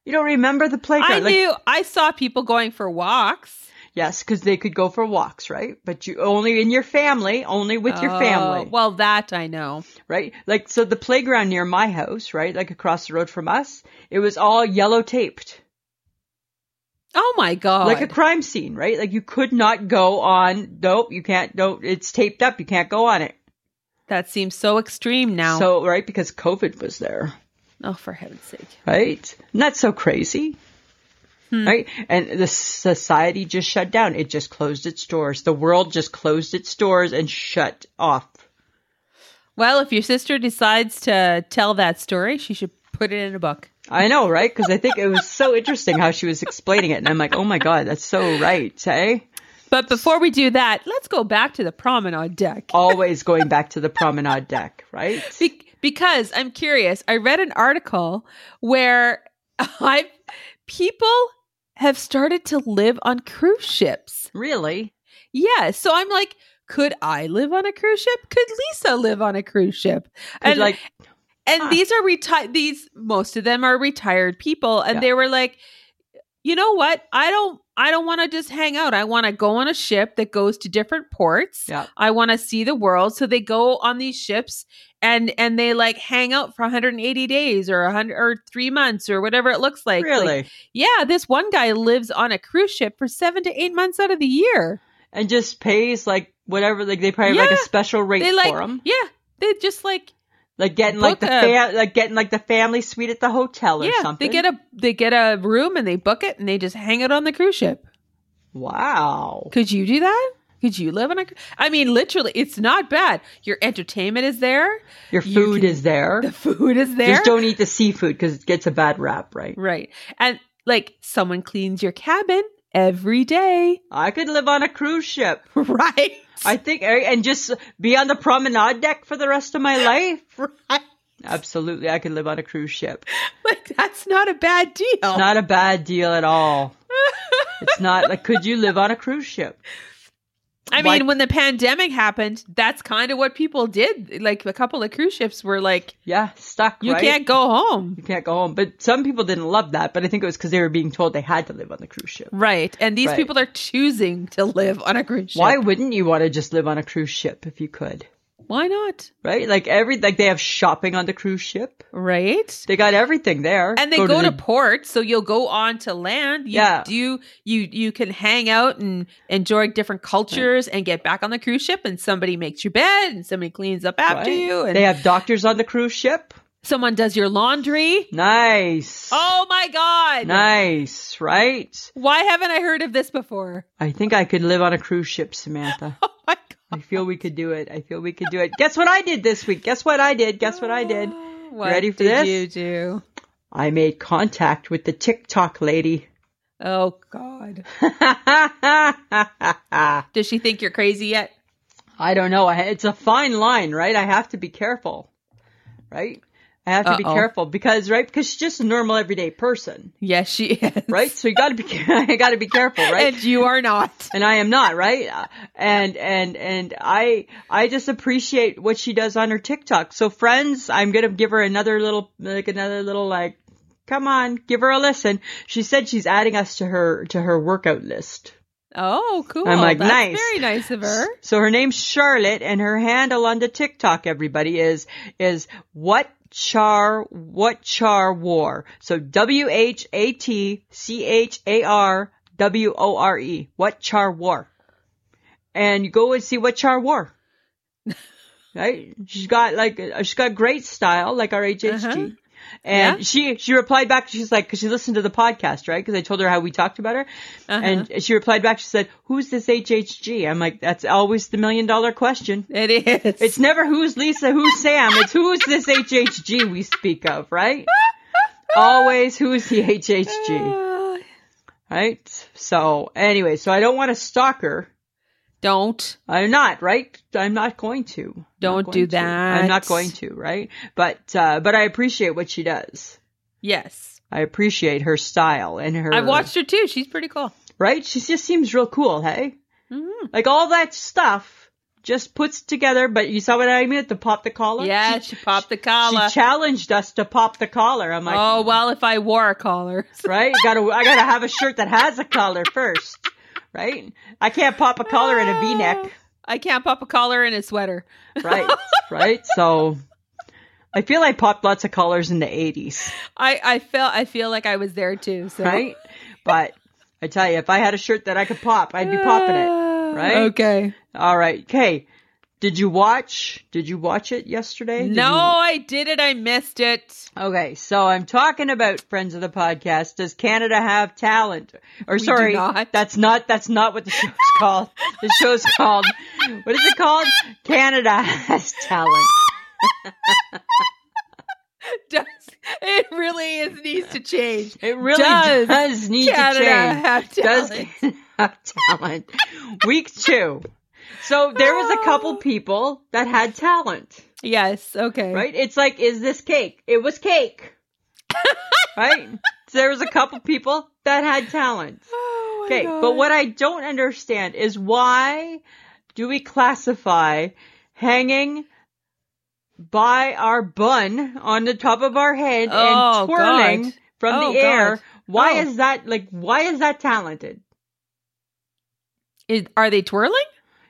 Speaker 2: You don't remember the playground?
Speaker 1: I
Speaker 2: Like,
Speaker 1: knew I saw people going for walks.
Speaker 2: Yes, because they could go for walks, right? But you only in your family, only with your family.
Speaker 1: Oh, Well, that I know.
Speaker 2: right? Like, so the playground near my house, right? Like across the road from us, it was all yellow taped.
Speaker 1: Oh my god.
Speaker 2: like a crime scene, right? Like you could not go on. Nope, you can't. No, it's taped up. You can't go on it.
Speaker 1: that seems so extreme now.
Speaker 2: So right because COVID was there,
Speaker 1: oh, for heaven's sake.
Speaker 2: right? And that's so crazy, right? And the society just shut down. It just closed its doors. The world just closed its doors and shut off.
Speaker 1: Well, if your sister decides to tell that story, she should put it in a book.
Speaker 2: I know, right? Because I think it was so interesting how she was explaining it, and I'm like, oh my god, that's so right, eh?
Speaker 1: But before we do that, let's go back to the promenade deck.
Speaker 2: Always going back to the promenade deck, right?
Speaker 1: Be- because I'm curious. I read an article where I people have started to live on cruise ships.
Speaker 2: Really?
Speaker 1: Yeah, so I'm like could I live on a cruise ship? Could Lisa live on a cruise ship?
Speaker 2: And like,
Speaker 1: and
Speaker 2: Huh.
Speaker 1: these are retired these most of them are retired people and
Speaker 2: Yeah.
Speaker 1: they were like you know what i don't i don't want to just hang out i want to go on a ship that goes to different ports
Speaker 2: Yeah.
Speaker 1: i want to see the world so they go on these ships and and they like hang out for 180 days or 100 or 3 months or whatever it looks like Like,
Speaker 2: really?
Speaker 1: yeah this one guy lives on a cruise ship for 7 to 8 months out of the year
Speaker 2: and just pays like whatever like they probably have like
Speaker 1: Yeah.
Speaker 2: a special rate
Speaker 1: they like
Speaker 2: for them
Speaker 1: yeah they just like
Speaker 2: like getting like the
Speaker 1: book a-
Speaker 2: fa- like getting like the family suite at the hotel or
Speaker 1: yeah
Speaker 2: something
Speaker 1: they get a they get a room and they book it and they just hang out on the cruise ship
Speaker 2: wow
Speaker 1: Could you do that? Could you live on a? cru- I mean, literally, it's not bad. Your entertainment is there. You
Speaker 2: your food
Speaker 1: can-
Speaker 2: is there
Speaker 1: The food is there.
Speaker 2: just don't eat the seafood because it gets a bad rap right
Speaker 1: right. And like someone cleans your cabin every day.
Speaker 2: I could live on a cruise ship.
Speaker 1: Right.
Speaker 2: I think, eh, and just be on the promenade deck for the rest of my life.
Speaker 1: right.
Speaker 2: Absolutely, I could live on a cruise ship.
Speaker 1: Like that's not a bad deal.
Speaker 2: Not a bad deal at all. It's not like, could you live on a cruise ship?
Speaker 1: I
Speaker 2: Why-
Speaker 1: mean, when the pandemic happened, that's kind of what people did. Like a couple of cruise ships were like,
Speaker 2: Yeah, stuck.
Speaker 1: you
Speaker 2: right?
Speaker 1: can't go home.
Speaker 2: You can't go home. But some people didn't love that. But I think it was because they were being told they had to live on the cruise ship.
Speaker 1: Right. And these
Speaker 2: Right.
Speaker 1: people are choosing to live on a cruise ship.
Speaker 2: Why wouldn't you want to just live on a cruise ship if you could?
Speaker 1: Why not?
Speaker 2: Right? Like every like they have shopping on the cruise ship.
Speaker 1: Right.
Speaker 2: They got everything there.
Speaker 1: and they go, to,
Speaker 2: the-
Speaker 1: port, so you'll go on to land. You
Speaker 2: Yeah.
Speaker 1: do you you can hang out and enjoy different cultures and get back on the cruise ship and somebody makes your bed and somebody cleans up after
Speaker 2: Right.
Speaker 1: you and
Speaker 2: They have doctors on the cruise ship.
Speaker 1: someone does your laundry.
Speaker 2: Nice.
Speaker 1: Oh my god.
Speaker 2: nice, right?
Speaker 1: Why haven't I heard of this before?
Speaker 2: I think I could live on a cruise ship, Samantha.
Speaker 1: Oh my god.
Speaker 2: I feel we could do it. I feel we could do it. Guess what I did this week? Guess what I did? Guess what I did?
Speaker 1: What
Speaker 2: Ready for
Speaker 1: did
Speaker 2: this?
Speaker 1: you do?
Speaker 2: I made contact with the TikTok lady.
Speaker 1: Oh god.
Speaker 2: I
Speaker 1: Does she think you're crazy yet?
Speaker 2: don't know. I- It's a fine line, right? I have to be careful, right? I have to be
Speaker 1: Uh-oh.
Speaker 2: careful because, right? Because she's just a normal everyday person,
Speaker 1: Yes, she is.
Speaker 2: right? So you gotta be, I gotta be careful, right?
Speaker 1: And you are not.
Speaker 2: and I am not right. Uh, And and and I I just appreciate what she does on her TikTok. So friends, I'm gonna give her another little like another little like, come on, give her a listen. She said she's adding us to her to her workout list.
Speaker 1: Oh, cool.
Speaker 2: I'm like,
Speaker 1: That's
Speaker 2: nice.
Speaker 1: Very nice of her.
Speaker 2: So her name's Charlotte, and her handle on the TikTok, everybody, is is what char what char war. So W H A T C H A R W O R E. What char war? And you go and see what char war. right? She's got like uh, she's got great style, like our HHG.
Speaker 1: Uh-huh.
Speaker 2: And
Speaker 1: Yeah.
Speaker 2: she she replied back. She's like, because she listened to the podcast, right? Because I told her how we talked about her,
Speaker 1: Uh-huh.
Speaker 2: and she replied back. She said, "Who's this HHG?" I'm like, "That's always the million dollar question.
Speaker 1: It is.
Speaker 2: It's never who's Lisa, who's Sam. It's who's this HHG we speak of, right? always who's the HHG,
Speaker 1: Uh,
Speaker 2: right? So anyway, so I don't want to stalk her.
Speaker 1: Don't.
Speaker 2: I'm not, right? I'm not going to. I'm not
Speaker 1: Don't
Speaker 2: going
Speaker 1: do
Speaker 2: to. I'm not
Speaker 1: that.
Speaker 2: going to, right? But uh, but I appreciate what she does.
Speaker 1: Yes.
Speaker 2: I appreciate her style and her.
Speaker 1: I watched her too. She's pretty cool.
Speaker 2: right? She just seems real cool, hey?
Speaker 1: Mhm.
Speaker 2: Like all that stuff just puts together, but you saw what I mean? To pop the collar?
Speaker 1: Yeah,
Speaker 2: She,
Speaker 1: she popped the
Speaker 2: she
Speaker 1: collar.
Speaker 2: challenged us to pop the collar. I'm like,
Speaker 1: oh well, if I wore a collar,
Speaker 2: right? Gotta, I gotta have a shirt that has a collar first, right? I can't pop a collar in a v-neck,
Speaker 1: I can't pop a collar in a sweater.
Speaker 2: right? right? So I feel I popped lots of collars in the 80s,
Speaker 1: I I felt I feel like I was there too. So.
Speaker 2: right? But I tell you, if I had a shirt that I could pop, I'd be popping it. right?
Speaker 1: Ah, Okay.
Speaker 2: All right. Okay. Did you watch? Did you watch it yesterday? Did
Speaker 1: No,
Speaker 2: you-
Speaker 1: I did it. I missed it.
Speaker 2: okay. So I'm talking about friends of the podcast. Does Canada have talent? Or
Speaker 1: do
Speaker 2: sorry,
Speaker 1: not.
Speaker 2: that's not that's not what the show's called. The show's called. What is it called? Canada has talent.
Speaker 1: Does it really is needs to change?
Speaker 2: It really does,
Speaker 1: Does
Speaker 2: need
Speaker 1: Canada
Speaker 2: to change.
Speaker 1: have
Speaker 2: does
Speaker 1: talent?
Speaker 2: have talent. Week two. So there was a couple
Speaker 1: Oh.
Speaker 2: people that had talent.
Speaker 1: Yes. Okay.
Speaker 2: right? It's like, is this cake? It was cake, right? So there was a couple people that had talent.
Speaker 1: Oh my
Speaker 2: Okay,
Speaker 1: God.
Speaker 2: but what I don't understand is why do we classify hanging by our bun on the top of our head
Speaker 1: Oh,
Speaker 2: and twirling
Speaker 1: God.
Speaker 2: from
Speaker 1: Oh,
Speaker 2: the air?
Speaker 1: God.
Speaker 2: Why
Speaker 1: Oh.
Speaker 2: is that like? Why is that talented?
Speaker 1: Is, are they twirling?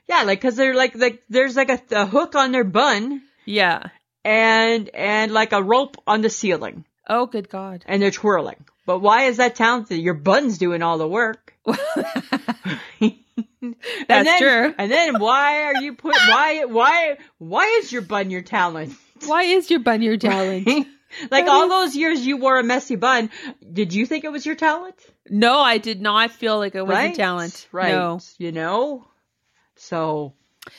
Speaker 2: Yeah, like because they're like like there's like a, a hook on their bun
Speaker 1: Yeah.
Speaker 2: and and like a rope on the ceiling.
Speaker 1: Oh, good God.
Speaker 2: and they're twirling. But why is that talented? Your bun's doing all the work.
Speaker 1: That's
Speaker 2: and then,
Speaker 1: true.
Speaker 2: And then why are you put why why why is your bun your talent?
Speaker 1: Why is your bun your talent?
Speaker 2: like all those years you wore a messy bun, did you think it was your talent?
Speaker 1: no, I did not feel like it was
Speaker 2: right?
Speaker 1: a talent.
Speaker 2: Right.
Speaker 1: No.
Speaker 2: You know? So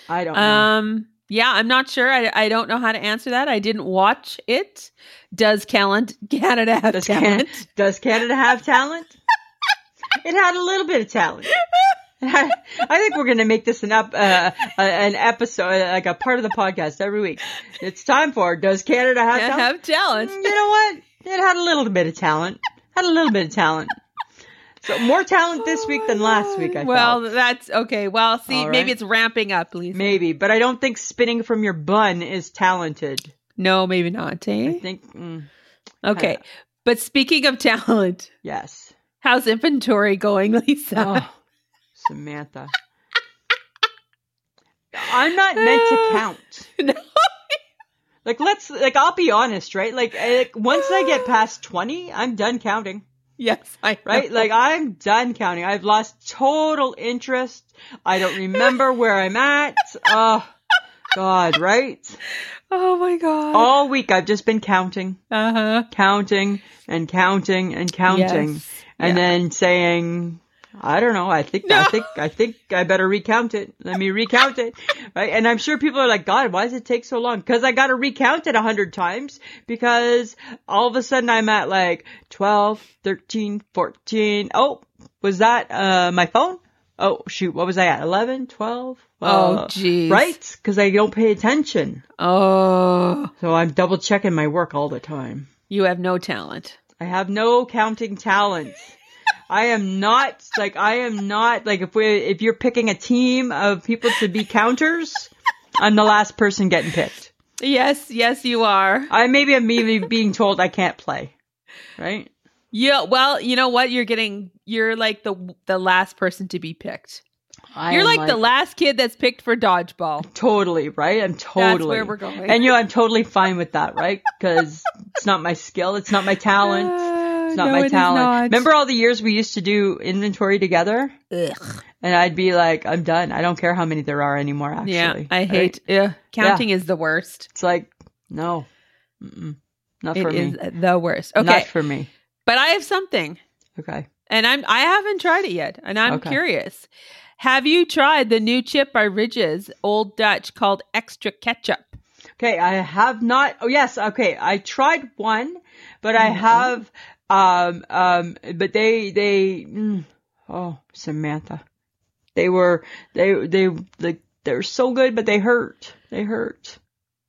Speaker 2: I don't know.
Speaker 1: Um. Yeah, I'm not sure. I, I don't know how to answer that. I didn't watch it. Does Calend- Canada have
Speaker 2: Does, Can-
Speaker 1: talent?
Speaker 2: does Canada have talent? It had a little bit of talent. I think we're going to make this an up uh, a- an episode, uh, like a part of the podcast every week. It's time for Does Canada Have
Speaker 1: Can't
Speaker 2: Talent? Mm,
Speaker 1: have talent.
Speaker 2: you know what? It had a little bit of talent. Had a little bit of talent. So more talent this week than last week. I
Speaker 1: Oh, well,
Speaker 2: felt.
Speaker 1: that's okay. Well, see,
Speaker 2: All right.
Speaker 1: maybe it's ramping up, Lisa.
Speaker 2: maybe, but I don't think spinning from your bun is talented.
Speaker 1: No, maybe not.
Speaker 2: I
Speaker 1: Eh?
Speaker 2: think mm,
Speaker 1: Okay. But speaking of talent,
Speaker 2: yes.
Speaker 1: how's inventory going, Lisa?
Speaker 2: Oh, Samantha. I'm not meant to count.
Speaker 1: No.
Speaker 2: Like let's like I'll be honest, right? Like, I- like once I get past 20, I'm done counting.
Speaker 1: Yes, I know.
Speaker 2: right? Like I'm done counting. I've lost total interest. I don't remember where I'm at. Oh God, right?
Speaker 1: Oh my god.
Speaker 2: All week I've just been counting,
Speaker 1: uh-huh.
Speaker 2: counting and counting and counting
Speaker 1: Yes.
Speaker 2: and
Speaker 1: Yeah.
Speaker 2: then saying I don't know. I think I
Speaker 1: No.
Speaker 2: think I think I better recount it. Let me recount it. Right? And I'm sure people are like, "God, why does it take so long?" Cuz I got to recount it a 100 times because all of a sudden I'm at like 12, 13, 14. Oh, was that uh my phone? Oh, shoot. What was I at? 11, 12?
Speaker 1: Oh,
Speaker 2: Uh,
Speaker 1: jeez.
Speaker 2: Right? Cuz I don't pay attention.
Speaker 1: Oh,
Speaker 2: So I'm double checking my work all the time.
Speaker 1: you have no talent.
Speaker 2: I have no counting talent. I am not like I am not like if we if you're picking a team of people to be counters, I'm the last person getting picked.
Speaker 1: Yes, yes, you are.
Speaker 2: I maybe I'm maybe being told I can't play, right?
Speaker 1: Yeah, well, you know what? You're getting you're like the the last person to be picked.
Speaker 2: I
Speaker 1: you're
Speaker 2: am,
Speaker 1: like, the last kid that's picked for dodgeball.
Speaker 2: totally right. I'm totally
Speaker 1: That's where we're going.
Speaker 2: and you know I'm totally fine with that, right? Because it's not my skill, it's not my
Speaker 1: Uh,
Speaker 2: talent. It's not my talent. Remember all the years we used to do inventory together?
Speaker 1: Ugh.
Speaker 2: And I'd be like, I'm done. I don't care how many there are anymore, actually.
Speaker 1: yeah, I
Speaker 2: right?
Speaker 1: hate ugh, counting is the worst.
Speaker 2: It's like, no, Mm-mm. not
Speaker 1: It
Speaker 2: for
Speaker 1: is
Speaker 2: me.
Speaker 1: the worst. Okay,
Speaker 2: Not for me.
Speaker 1: but I have something,
Speaker 2: Okay.
Speaker 1: and I'm I haven't tried it yet, and I'm
Speaker 2: Okay.
Speaker 1: curious. Have you tried the new chip by Ridges, Old Dutch, called Extra Ketchup?
Speaker 2: Okay. I have not. Oh, yes. Okay. I tried one, but I
Speaker 1: Mhm.
Speaker 2: have, um, um, but they, they, mm, oh, Samantha. They were, they, they, like, they were so good, but they hurt. They hurt.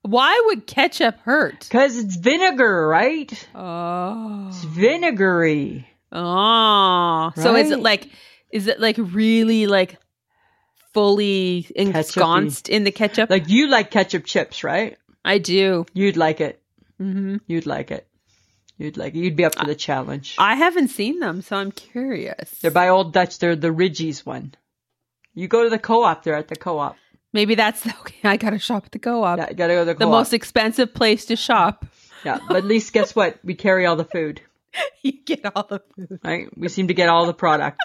Speaker 1: Why would ketchup hurt?
Speaker 2: Cause it's vinegar, right?
Speaker 1: Oh,
Speaker 2: It's vinegary.
Speaker 1: Oh, so is it
Speaker 2: Right.
Speaker 1: like, is it like really like fully ensconced in the ketchup?
Speaker 2: Like you like ketchup chips, right?
Speaker 1: I do.
Speaker 2: You'd like it.
Speaker 1: hmm
Speaker 2: You'd like it. You'd like it. You'd be up for the challenge.
Speaker 1: I haven't seen them, so I'm curious.
Speaker 2: They're by Old Dutch. They're the Ridgies one. You go to the co-op. They're at the co-op.
Speaker 1: Maybe that's okay. I gotta shop at the co-op,
Speaker 2: Yeah, you gotta go to the
Speaker 1: the
Speaker 2: co-op.
Speaker 1: most expensive place to shop.
Speaker 2: yeah, but at least guess what? We carry all the food,
Speaker 1: you get all the food.
Speaker 2: right? We seem to get all the product,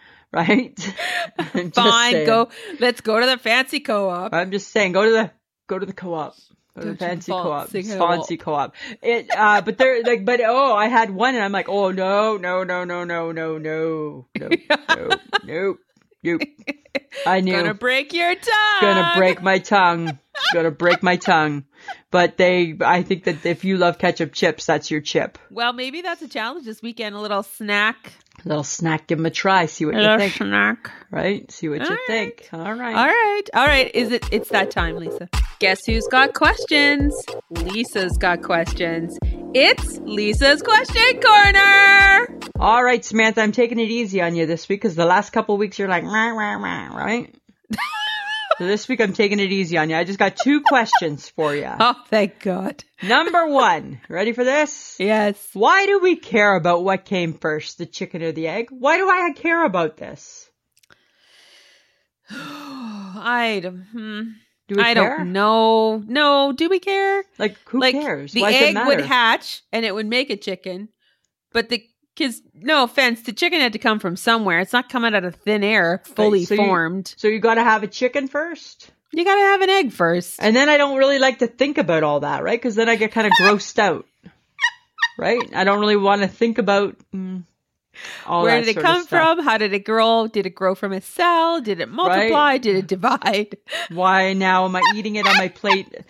Speaker 2: right? I'm just
Speaker 1: Fine,
Speaker 2: saying.
Speaker 1: go. Let's go to the fancy co-op.
Speaker 2: I'm just saying, go to the go to the co-op. Go to
Speaker 1: Go to
Speaker 2: the
Speaker 1: the
Speaker 2: fancy
Speaker 1: fancy
Speaker 2: co-op. It's
Speaker 1: co-op.
Speaker 2: fancy co-op. It uh but they're like but oh I had one and I'm like, oh no, no, no, no, no, no, no, no, no, no, nope. I knew
Speaker 1: Gonna break your tongue.
Speaker 2: gonna break my tongue. gonna break my tongue. But they, I think that if you love ketchup chips, that's your chip.
Speaker 1: Well, maybe that's a challenge this weekend. A little snack.
Speaker 2: A little snack, give them a try, see what
Speaker 1: A
Speaker 2: you
Speaker 1: little
Speaker 2: think,
Speaker 1: snack.
Speaker 2: right? See what you
Speaker 1: Alright.
Speaker 2: think. All right.
Speaker 1: All right. All right. Is it it's that time, Lisa? Guess who's got questions? Lisa's got questions. It's Lisa's question corner.
Speaker 2: All right, Samantha, I'm taking it easy on you this week because the last couple weeks you're like, rah, rah, rah, right? so this week I'm taking it easy on you. I just got two questions for you.
Speaker 1: Oh, thank God.
Speaker 2: Number one, ready for this?
Speaker 1: Yes.
Speaker 2: Why do we care about what came first, the chicken or the egg? Why do I care about this?
Speaker 1: I don't- hmm,
Speaker 2: Do we
Speaker 1: I
Speaker 2: care?
Speaker 1: don't know. No, do we care?
Speaker 2: Like who
Speaker 1: like
Speaker 2: cares?
Speaker 1: the
Speaker 2: Why does it
Speaker 1: egg would
Speaker 2: matter?
Speaker 1: hatch and it would make a chicken, but the because no offense, the chicken had to come from somewhere. It's not coming out of thin air, fully
Speaker 2: so you-
Speaker 1: formed.
Speaker 2: So you got to have a chicken first,
Speaker 1: You gotta have an egg first.
Speaker 2: and then I don't really like to think about all that, right? Because then I get kind of grossed out, right? I don't really want to think about mm, all
Speaker 1: Where
Speaker 2: that
Speaker 1: did it
Speaker 2: sort of
Speaker 1: come
Speaker 2: stuff.
Speaker 1: from? How did it grow? Did it grow from a cell? Did it multiply? Did it divide?
Speaker 2: Why now am I eating it on my plate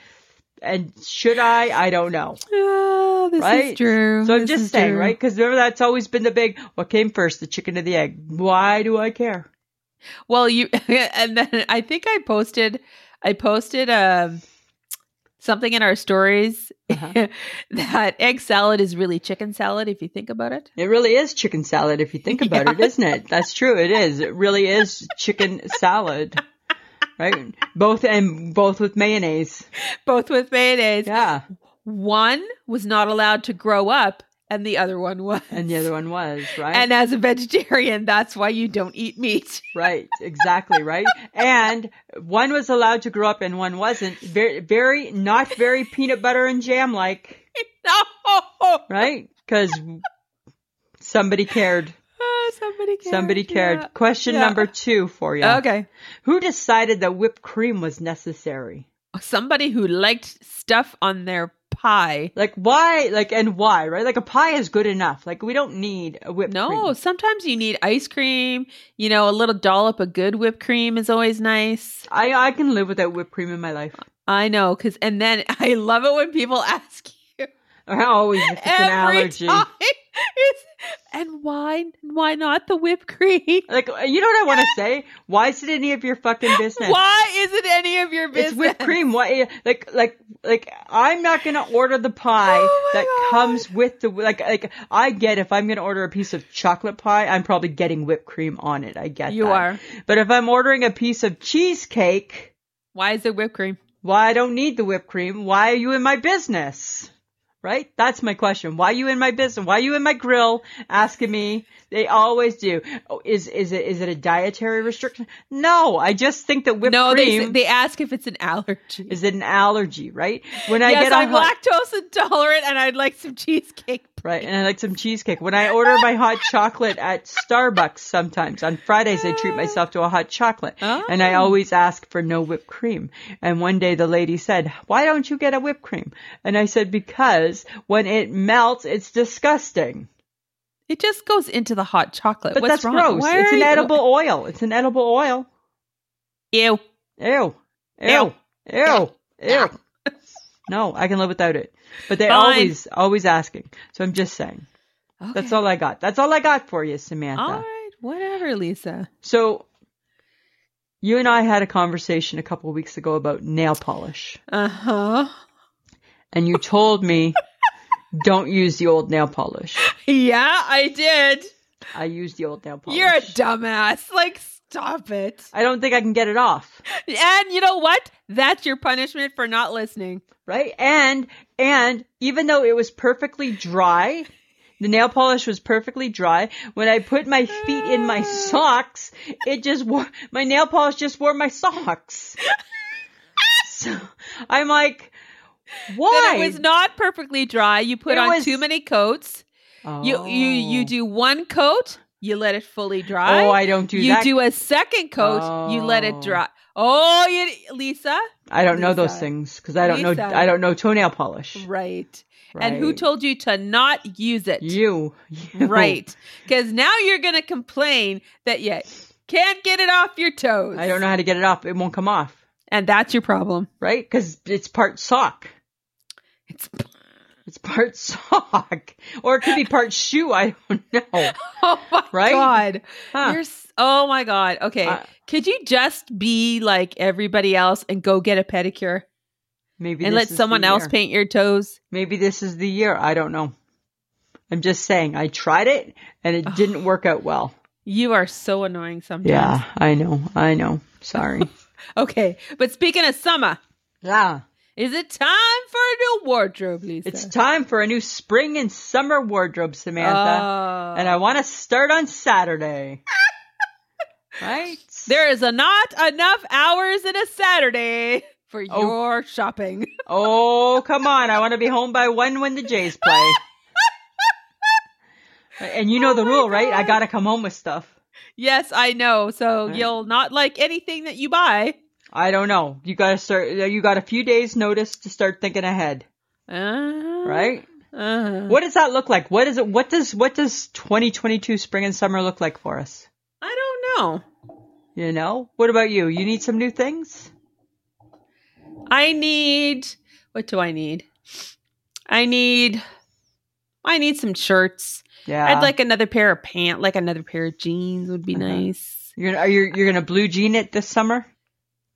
Speaker 2: And should I? I don't know.
Speaker 1: Oh, this
Speaker 2: Right?
Speaker 1: is true.
Speaker 2: So I'm
Speaker 1: This
Speaker 2: just
Speaker 1: is
Speaker 2: saying,
Speaker 1: true.
Speaker 2: right? Because remember that's always been the big what came first, the chicken or the egg? Why do I care?
Speaker 1: Well, you and then I think I posted, I posted um something in our stories
Speaker 2: Uh-huh.
Speaker 1: that egg salad is really chicken salad if you think about it.
Speaker 2: It really is chicken salad if you think about it, isn't it? That's true. It is. It really is chicken salad. Right? Both and both with mayonnaise.
Speaker 1: Both with mayonnaise.
Speaker 2: Yeah.
Speaker 1: One was not allowed to grow up, and the other one was.
Speaker 2: And the other one was, right?
Speaker 1: And as a vegetarian, that's why you don't eat meat.
Speaker 2: Right, exactly, right? And one was allowed to grow up and one wasn't. Very, very not very peanut butter and jam like,
Speaker 1: no,
Speaker 2: right? Because somebody cared.
Speaker 1: Ah, somebody cared.
Speaker 2: Somebody cared.
Speaker 1: yeah.
Speaker 2: Question
Speaker 1: Yeah.
Speaker 2: number two for you.
Speaker 1: Okay,
Speaker 2: Who decided that whipped cream was necessary?
Speaker 1: somebody who liked stuff on their pie.
Speaker 2: Like why? Like and why? Right? Like a pie is good enough. Like we don't need a whipped cream.
Speaker 1: No, sometimes you need ice cream. You know, a little dollop of good whipped cream is always nice.
Speaker 2: I I can live without whipped cream in my life.
Speaker 1: I know, because and then I love it when people ask you
Speaker 2: I always it's an
Speaker 1: every
Speaker 2: allergy.
Speaker 1: time. It's, and why? Why not the whipped cream?
Speaker 2: Like you know what I want to say? Why is it any of your fucking business?
Speaker 1: Why is it any of your business?
Speaker 2: It's whipped cream. Why? Like, like, like. I'm not gonna order the pie
Speaker 1: Oh my
Speaker 2: that
Speaker 1: God.
Speaker 2: comes with the like. Like, I get if I'm gonna order a piece of chocolate pie, I'm probably getting whipped cream on it. I get
Speaker 1: You
Speaker 2: that.
Speaker 1: are.
Speaker 2: But if I'm ordering a piece of cheesecake,
Speaker 1: Why is there whipped cream?
Speaker 2: why I don't need the whipped cream? Why are you in my business? Right? That's my question. Why are you in my business? Why are you in my grill asking me? They always do. Oh, is is it is it a dietary restriction? No, I just think that whipped
Speaker 1: no,
Speaker 2: cream
Speaker 1: they they ask if it's an allergy.
Speaker 2: is it an allergy, right? When I
Speaker 1: yes,
Speaker 2: get a
Speaker 1: I'm
Speaker 2: hot,
Speaker 1: lactose intolerant, and I'd like some cheesecake.
Speaker 2: right, and I like some cheesecake. When I order my hot chocolate at Starbucks, sometimes on Fridays I treat myself to a hot chocolate, and I
Speaker 1: Oh.
Speaker 2: always ask for no whipped cream. And one day the lady said, "Why don't you get a whipped cream?" And I said, "Because when it melts, it's disgusting.
Speaker 1: It just goes into the hot chocolate.
Speaker 2: But
Speaker 1: What's
Speaker 2: that's
Speaker 1: wrong?
Speaker 2: gross.
Speaker 1: Why
Speaker 2: it's
Speaker 1: are
Speaker 2: an
Speaker 1: you-
Speaker 2: edible oil. It's an edible oil.
Speaker 1: Ew.
Speaker 2: Ew, ew, ew, ew." No, I can live without it. But they
Speaker 1: Fine.
Speaker 2: always, always asking. So I'm just saying. That's
Speaker 1: Okay.
Speaker 2: all I got. That's all I got for you, Samantha.
Speaker 1: All right, whatever, Lisa.
Speaker 2: So you and I had a conversation a couple of weeks ago about nail polish,
Speaker 1: Uh huh.
Speaker 2: and you told me don't use the old nail polish.
Speaker 1: Yeah, I did.
Speaker 2: I use the old nail polish.
Speaker 1: You're a dumbass. Like, stop it.
Speaker 2: I don't think I can get it off.
Speaker 1: And you know what? That's your punishment for not listening.
Speaker 2: right? And and even though it was perfectly dry, the nail polish was perfectly dry. When I put my feet in my socks, it just wore my nail polish just wore my socks. So I'm like, why?
Speaker 1: That it was not perfectly dry. You put
Speaker 2: It
Speaker 1: on
Speaker 2: was-
Speaker 1: too many coats. You you you
Speaker 2: Oh.
Speaker 1: do one coat. You let it fully dry.
Speaker 2: Oh, I don't do
Speaker 1: you
Speaker 2: that.
Speaker 1: do a second coat. You let
Speaker 2: Oh.
Speaker 1: it dry. Oh, you, Lisa.
Speaker 2: I don't know those
Speaker 1: Lisa.
Speaker 2: things because I don't know.
Speaker 1: Lisa.
Speaker 2: I don't know toenail polish.
Speaker 1: Right. And who
Speaker 2: Right.
Speaker 1: told you to not use it?
Speaker 2: you? You.
Speaker 1: Right. Because now you're going to complain that you can't get it off your toes.
Speaker 2: I don't know how to get it off. It won't come off.
Speaker 1: And that's your problem.
Speaker 2: Right? Because it's part sock.
Speaker 1: It's
Speaker 2: It's part sock, or it could be part shoe. I don't know.
Speaker 1: oh my
Speaker 2: Right?
Speaker 1: god.
Speaker 2: Huh.
Speaker 1: You're s- oh my god. Okay.
Speaker 2: Uh,
Speaker 1: Could you just be like everybody else and go get a pedicure
Speaker 2: Maybe
Speaker 1: and
Speaker 2: this
Speaker 1: let
Speaker 2: is
Speaker 1: someone
Speaker 2: the
Speaker 1: else
Speaker 2: year.
Speaker 1: paint your toes?
Speaker 2: Maybe this is the year. I don't know. I'm just saying. I tried it, and it didn't work out well.
Speaker 1: You are so annoying sometimes.
Speaker 2: Yeah, I know. I know. Sorry.
Speaker 1: Okay. But speaking of summer,
Speaker 2: yeah.
Speaker 1: is it time for a new wardrobe, Lisa?
Speaker 2: It's time for a new spring and summer wardrobe, Samantha.
Speaker 1: Oh.
Speaker 2: and I want to start on Saturday. right?
Speaker 1: There is a not enough hours in a Saturday for
Speaker 2: Oh.
Speaker 1: your shopping.
Speaker 2: Oh, come on. I want to be home by one when the Jays play. Right, and you know
Speaker 1: Oh
Speaker 2: the
Speaker 1: my
Speaker 2: rule, right? I
Speaker 1: God.
Speaker 2: got to come home with stuff.
Speaker 1: yes, I know. So
Speaker 2: Right.
Speaker 1: you'll not like anything that you buy.
Speaker 2: I don't know. You got to start, you got a few days notice to start thinking ahead,
Speaker 1: Uh,
Speaker 2: right?
Speaker 1: Uh,
Speaker 2: What does that look like? What is it? What does, what does 2022 spring and summer look like for us?
Speaker 1: I don't
Speaker 2: You know? What about you? You need some new things?
Speaker 1: know. I need What do I need? I need I need some shirts.
Speaker 2: Yeah.
Speaker 1: I'd like another pair of pant, like another pair of jeans would be
Speaker 2: Uh-huh.
Speaker 1: nice.
Speaker 2: You're gonna, are you you're gonna blue jean it this summer?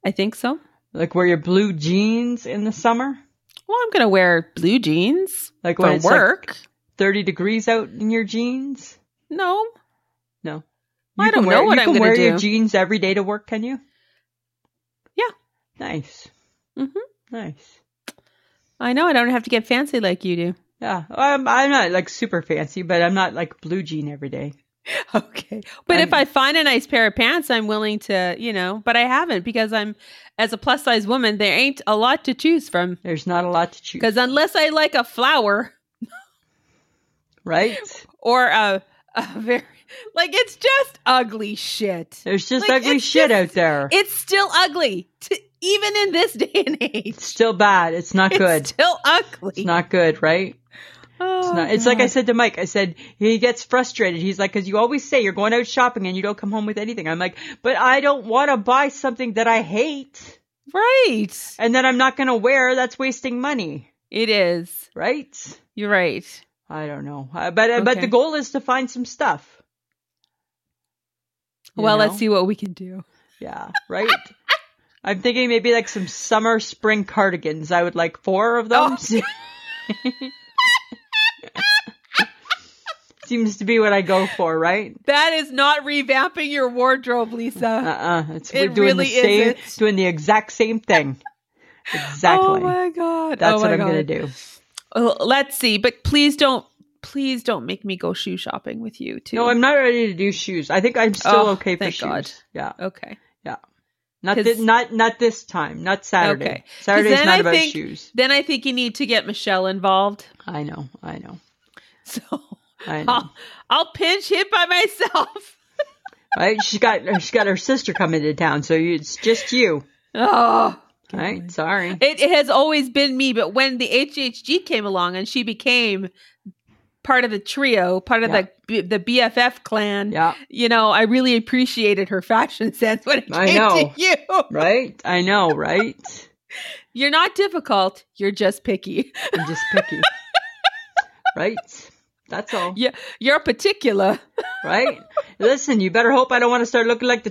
Speaker 1: I think so.
Speaker 2: Like wear your blue jeans in the summer?
Speaker 1: Well, I'm gonna wear blue jeans
Speaker 2: Like when
Speaker 1: for
Speaker 2: it's like,
Speaker 1: work.
Speaker 2: 30 degrees out in your jeans?
Speaker 1: no,
Speaker 2: No.
Speaker 1: I
Speaker 2: You can
Speaker 1: don't
Speaker 2: wear,
Speaker 1: know what
Speaker 2: you
Speaker 1: I'm
Speaker 2: can
Speaker 1: gonna
Speaker 2: wear your
Speaker 1: do.
Speaker 2: jeans every day to work, can you?
Speaker 1: Yeah.
Speaker 2: Nice.
Speaker 1: Mhm.
Speaker 2: Nice.
Speaker 1: I know I don't have to get fancy like you do.
Speaker 2: Yeah. I'm, I'm not like super fancy, but I'm not like blue jean every day.
Speaker 1: Okay. But if
Speaker 2: I'm-
Speaker 1: I find a nice pair of pants, I'm willing to, you know, but I haven't because I'm, as a plus size woman, there ain't a lot to choose from.
Speaker 2: There's not a lot to choose.
Speaker 1: Because unless I like a flower
Speaker 2: Right?
Speaker 1: or a, a very, like, it's just ugly shit.
Speaker 2: There's just
Speaker 1: Like,
Speaker 2: ugly
Speaker 1: it's
Speaker 2: shit
Speaker 1: just-
Speaker 2: out there.
Speaker 1: It's still ugly, t- even in this day and age.
Speaker 2: It's still bad. It's not good.
Speaker 1: It's still ugly.
Speaker 2: it's not good, right?
Speaker 1: Oh,
Speaker 2: It's, not, it's like
Speaker 1: God.
Speaker 2: I said to Mike. I said he gets frustrated. He's like, because you always say you're going out shopping and you don't come home with anything. I'm like, but I don't want to buy something that I hate
Speaker 1: Right.
Speaker 2: and that I'm not going to wear. That's wasting money,
Speaker 1: It is.
Speaker 2: right?
Speaker 1: You're right.
Speaker 2: I don't know, Uh, but uh but
Speaker 1: Okay.
Speaker 2: the goal is to find some stuff. You
Speaker 1: well,
Speaker 2: know?
Speaker 1: let's see what we can do.
Speaker 2: Yeah, right. I'm thinking maybe like some summer spring cardigans. I would like four of
Speaker 1: Oh.
Speaker 2: those. Seems to be what I go for, right?
Speaker 1: That is not revamping your wardrobe, Lisa.
Speaker 2: Uh-uh. It's
Speaker 1: It
Speaker 2: we're doing
Speaker 1: really
Speaker 2: the same,
Speaker 1: isn't.
Speaker 2: doing the exact same thing. Exactly.
Speaker 1: Oh my god.
Speaker 2: That's
Speaker 1: oh
Speaker 2: what
Speaker 1: my
Speaker 2: I'm gonna
Speaker 1: God.
Speaker 2: do.
Speaker 1: Uh, Let's see, but please don't please don't make me go shoe shopping with you too.
Speaker 2: No, I'm not ready to do shoes. I think I'm still
Speaker 1: Oh,
Speaker 2: okay for
Speaker 1: thank
Speaker 2: shoes.
Speaker 1: God.
Speaker 2: Yeah.
Speaker 1: okay.
Speaker 2: Not
Speaker 1: 'Cause-
Speaker 2: this, not not this time. Not Saturday.
Speaker 1: Okay. 'Cause
Speaker 2: Saturday's
Speaker 1: then
Speaker 2: not
Speaker 1: I
Speaker 2: about
Speaker 1: think-
Speaker 2: shoes.
Speaker 1: Then I think you need to get Michelle involved.
Speaker 2: I know. I know.
Speaker 1: So
Speaker 2: I know.
Speaker 1: I'll, I'll pinch hit by myself.
Speaker 2: right? She's got she's got her sister coming to town, so you, it's just you.
Speaker 1: Oh.
Speaker 2: All right. Sorry.
Speaker 1: It, it has always been me, but when the HHG came along and she became part of the trio, part of
Speaker 2: Yeah.
Speaker 1: the the BFF clan,
Speaker 2: Yeah.
Speaker 1: you know, I really appreciated her fashion sense when it came
Speaker 2: I know.
Speaker 1: to you.
Speaker 2: Right. I know. Right.
Speaker 1: You're not difficult. You're just picky.
Speaker 2: I'm just picky. right. That's all.
Speaker 1: You're particular.
Speaker 2: right? Listen, you better hope I don't want to start looking like the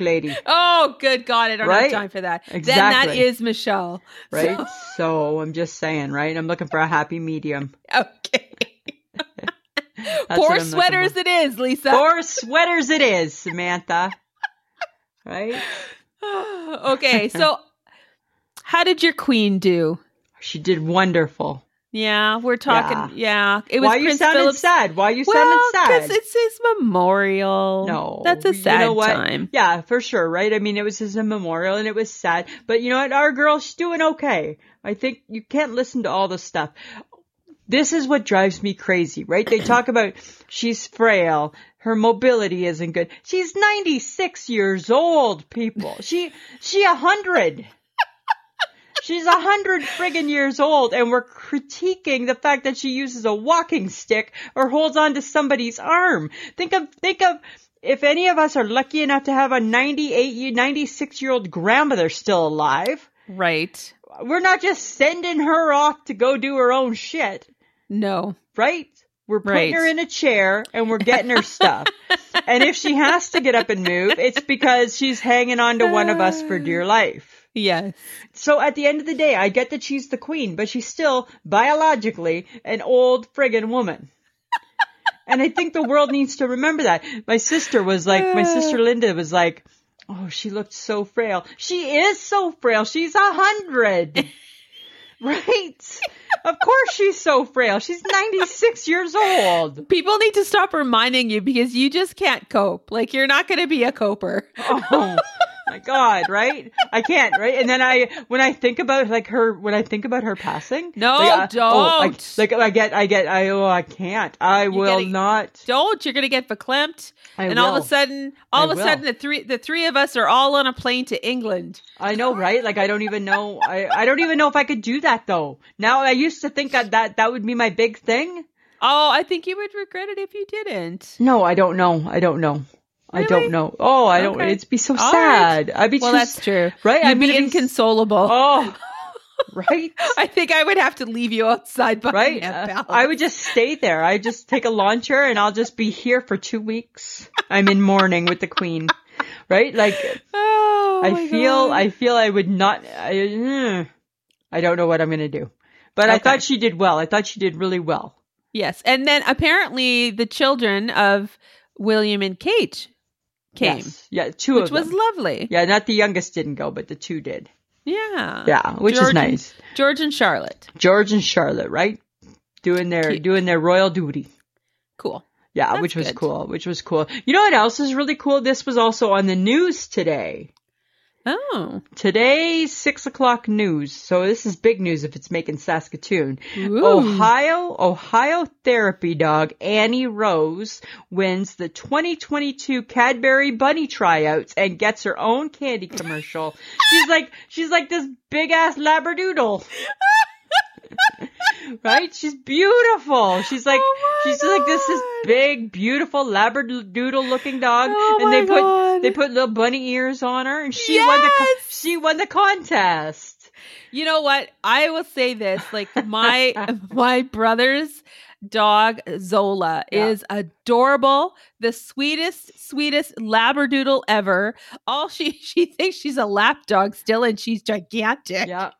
Speaker 2: lady,
Speaker 1: Oh, good God. I don't
Speaker 2: Right?
Speaker 1: have time for that. Then that
Speaker 2: Exactly.
Speaker 1: is Michelle.
Speaker 2: right? So, I'm just saying, right? I'm looking for a happy medium.
Speaker 1: Okay.
Speaker 2: That's what I'm
Speaker 1: Poor
Speaker 2: looking
Speaker 1: sweaters
Speaker 2: for.
Speaker 1: it is, Lisa.
Speaker 2: Four sweaters it is, Samantha. Right?
Speaker 1: okay. So, how did your queen do?
Speaker 2: She did wonderful.
Speaker 1: Yeah, we're talking. Yeah. It was
Speaker 2: Why you
Speaker 1: Prince
Speaker 2: sounded
Speaker 1: Philip's.
Speaker 2: sad? Why you
Speaker 1: well,
Speaker 2: sounded sad?
Speaker 1: it's his memorial.
Speaker 2: No,
Speaker 1: That's a
Speaker 2: you
Speaker 1: sad
Speaker 2: know what?
Speaker 1: time.
Speaker 2: Yeah, for sure, right? I mean, it was his memorial and it was sad, but you know what? Our girl, she's doing okay. I think you can't listen to all the stuff. This is what drives me crazy, right? They talk about she's frail, her mobility isn't good. She's 96 years old, people. She, she a hundred. She's a hundred friggin' years old and we're critiquing the fact that she uses a walking stick or holds onto somebody's arm. Think of, think of, if any of us are lucky enough to have a 98, year- 96 year old grandmother still alive,
Speaker 1: Right.
Speaker 2: we're not just sending her off to go do her own shit,
Speaker 1: No.
Speaker 2: right? We're putting
Speaker 1: Right.
Speaker 2: her in a chair and we're getting her stuff. and if she has to get up and move, it's because she's hanging on to one of us for dear life.
Speaker 1: Yes.
Speaker 2: So at the end of the day, I get that she's the queen, but she's still biologically an old friggin' woman. and I think the world needs to remember that. My sister was like, my sister Linda was like, oh, she looked so frail. She is so frail. She's a hundred. right? Of course she's so frail. She's 96 years old.
Speaker 1: People need to stop reminding you because you just can't cope. Like, you're not going to be a coper.
Speaker 2: oh my god right i can't right and then i when i think about like her when i think about her passing
Speaker 1: No,
Speaker 2: like, I- oh, I-
Speaker 1: don't.
Speaker 2: like i get i get i oh i can't i will
Speaker 1: getting-
Speaker 2: not
Speaker 1: Don't. You're going to get verklempt.
Speaker 2: I
Speaker 1: and
Speaker 2: will.
Speaker 1: all of a sudden, all of
Speaker 2: I
Speaker 1: a
Speaker 2: will.
Speaker 1: sudden, the three the three of us are all on a plane to England.
Speaker 2: I know, right? Like I don't even know. I, I don't even know if I could do that though. Now I used to think that that, that would be my big thing.
Speaker 1: Oh, I think you would regret it if you didn't.
Speaker 2: No, I don't know. I don't know. I
Speaker 1: Really?
Speaker 2: don't know. Oh, I don't.
Speaker 1: Okay.
Speaker 2: It'd be so
Speaker 1: All right.
Speaker 2: sad. I'd be
Speaker 1: Well,
Speaker 2: just
Speaker 1: that's true.
Speaker 2: right.
Speaker 1: You'd
Speaker 2: I'm
Speaker 1: be
Speaker 2: gonna
Speaker 1: inconsolable.
Speaker 2: Oh, right?
Speaker 1: I think I would have to leave you outside by
Speaker 2: Right?
Speaker 1: hand,
Speaker 2: Uh,
Speaker 1: pal.
Speaker 2: I would just stay there. I just take a launcher and I'll just be here for two weeks. I'm in mourning with the queen, right? Like
Speaker 1: Oh, my
Speaker 2: I feel,
Speaker 1: God.
Speaker 2: I feel I would not. I, mm, I don't know what I'm gonna do, but I
Speaker 1: Okay.
Speaker 2: thought she did well. I thought she did really well.
Speaker 1: Yes. And then apparently the children of William and Kate came,
Speaker 2: Yes. Yeah, two
Speaker 1: which
Speaker 2: of them.
Speaker 1: was lovely.
Speaker 2: yeah, not the youngest didn't go, but the two did.
Speaker 1: Yeah.
Speaker 2: Yeah, which
Speaker 1: Uh, George
Speaker 2: is
Speaker 1: and-
Speaker 2: nice.
Speaker 1: George and Charlotte.
Speaker 2: George and Charlotte, right? Doing their
Speaker 1: Cute.
Speaker 2: doing their royal duty.
Speaker 1: Cool.
Speaker 2: Yeah,
Speaker 1: That's
Speaker 2: which was
Speaker 1: good.
Speaker 2: cool. Which was cool. You know what else is really cool? This was also on the news today.
Speaker 1: Oh.
Speaker 2: Today, six o'clock news. So this is big news if it's making Saskatoon.
Speaker 1: Ooh. Oh
Speaker 2: Ohio, Ohio therapy dog Annie Rose wins the 2022 Cadbury Bunny tryouts and gets her own candy commercial. she's like, she's like this big ass Labradoodle. right? She's beautiful. She's like,
Speaker 1: Oh my
Speaker 2: she's like this this
Speaker 1: God.
Speaker 2: big, beautiful Labradoodle looking dog,
Speaker 1: Oh
Speaker 2: and they
Speaker 1: my
Speaker 2: put
Speaker 1: God.
Speaker 2: they put little bunny ears on her, and she won the co-
Speaker 1: Yes!
Speaker 2: she won the contest.
Speaker 1: You know what? I will say this. Like my my brother's dog Zola
Speaker 2: Yeah.
Speaker 1: is adorable, the sweetest, sweetest labradoodle ever. All she she thinks she's a lap dog still and she's gigantic.
Speaker 2: Yeah,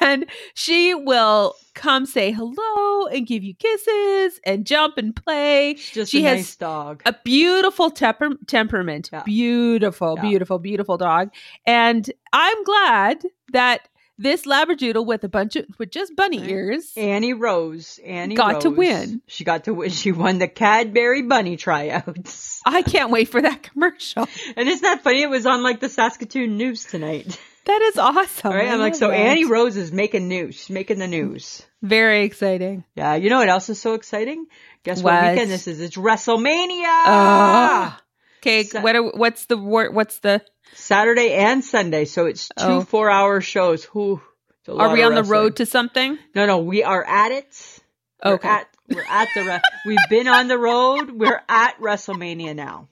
Speaker 1: And she will come say hello and give you kisses and jump and play.
Speaker 2: she's just
Speaker 1: She
Speaker 2: a
Speaker 1: has
Speaker 2: nice dog.
Speaker 1: a beautiful temper- temperament
Speaker 2: Yeah.
Speaker 1: beautiful
Speaker 2: Yeah.
Speaker 1: beautiful beautiful dog and i'm glad that this labradoodle with a bunch of with just bunny
Speaker 2: Right.
Speaker 1: ears
Speaker 2: Annie Rose, Annie
Speaker 1: Got to
Speaker 2: Rose.
Speaker 1: win.
Speaker 2: She got to win. She won the Cadbury Bunny tryouts,
Speaker 1: i can't wait for that commercial
Speaker 2: and isn't that funny? It was on like the Saskatoon news tonight.
Speaker 1: that is awesome
Speaker 2: All right,
Speaker 1: Oh, I
Speaker 2: I'm like,
Speaker 1: love
Speaker 2: so
Speaker 1: that.
Speaker 2: Annie Rose is making news. She's making the news.
Speaker 1: very exciting
Speaker 2: Yeah, you know what else is so exciting? Guess what,
Speaker 1: What?
Speaker 2: weekend this is? It's WrestleMania.
Speaker 1: Ah. okay
Speaker 2: So-
Speaker 1: what are, what's the war what's the
Speaker 2: Saturday and Sunday, so it's two
Speaker 1: Oh.
Speaker 2: four-hour shows. Who
Speaker 1: are we on the road to something
Speaker 2: No, no, we are at it. We're
Speaker 1: okay
Speaker 2: at, we're at the. Re- we've been on the road. We're at WrestleMania now.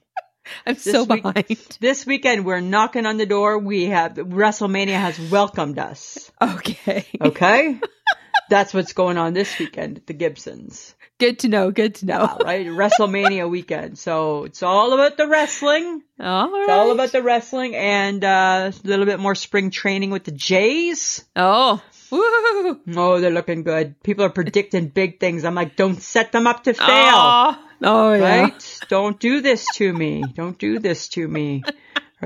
Speaker 1: i'm so
Speaker 2: week-
Speaker 1: behind
Speaker 2: This weekend, we're knocking on the door. We have WrestleMania has welcomed us.
Speaker 1: okay
Speaker 2: Oh. Okay, that's what's going on this weekend at the Gibsons.
Speaker 1: good to know good to know
Speaker 2: Yeah, right, WrestleMania weekend. So it's all about the wrestling.
Speaker 1: all right
Speaker 2: It's all about the wrestling and uh, a little bit more spring training with the Jays.
Speaker 1: oh Woo.
Speaker 2: Oh, they're looking good. People are predicting big things. I'm like, don't set them up to fail.
Speaker 1: oh, oh yeah
Speaker 2: Right? Don't do this to me. Don't do this to me.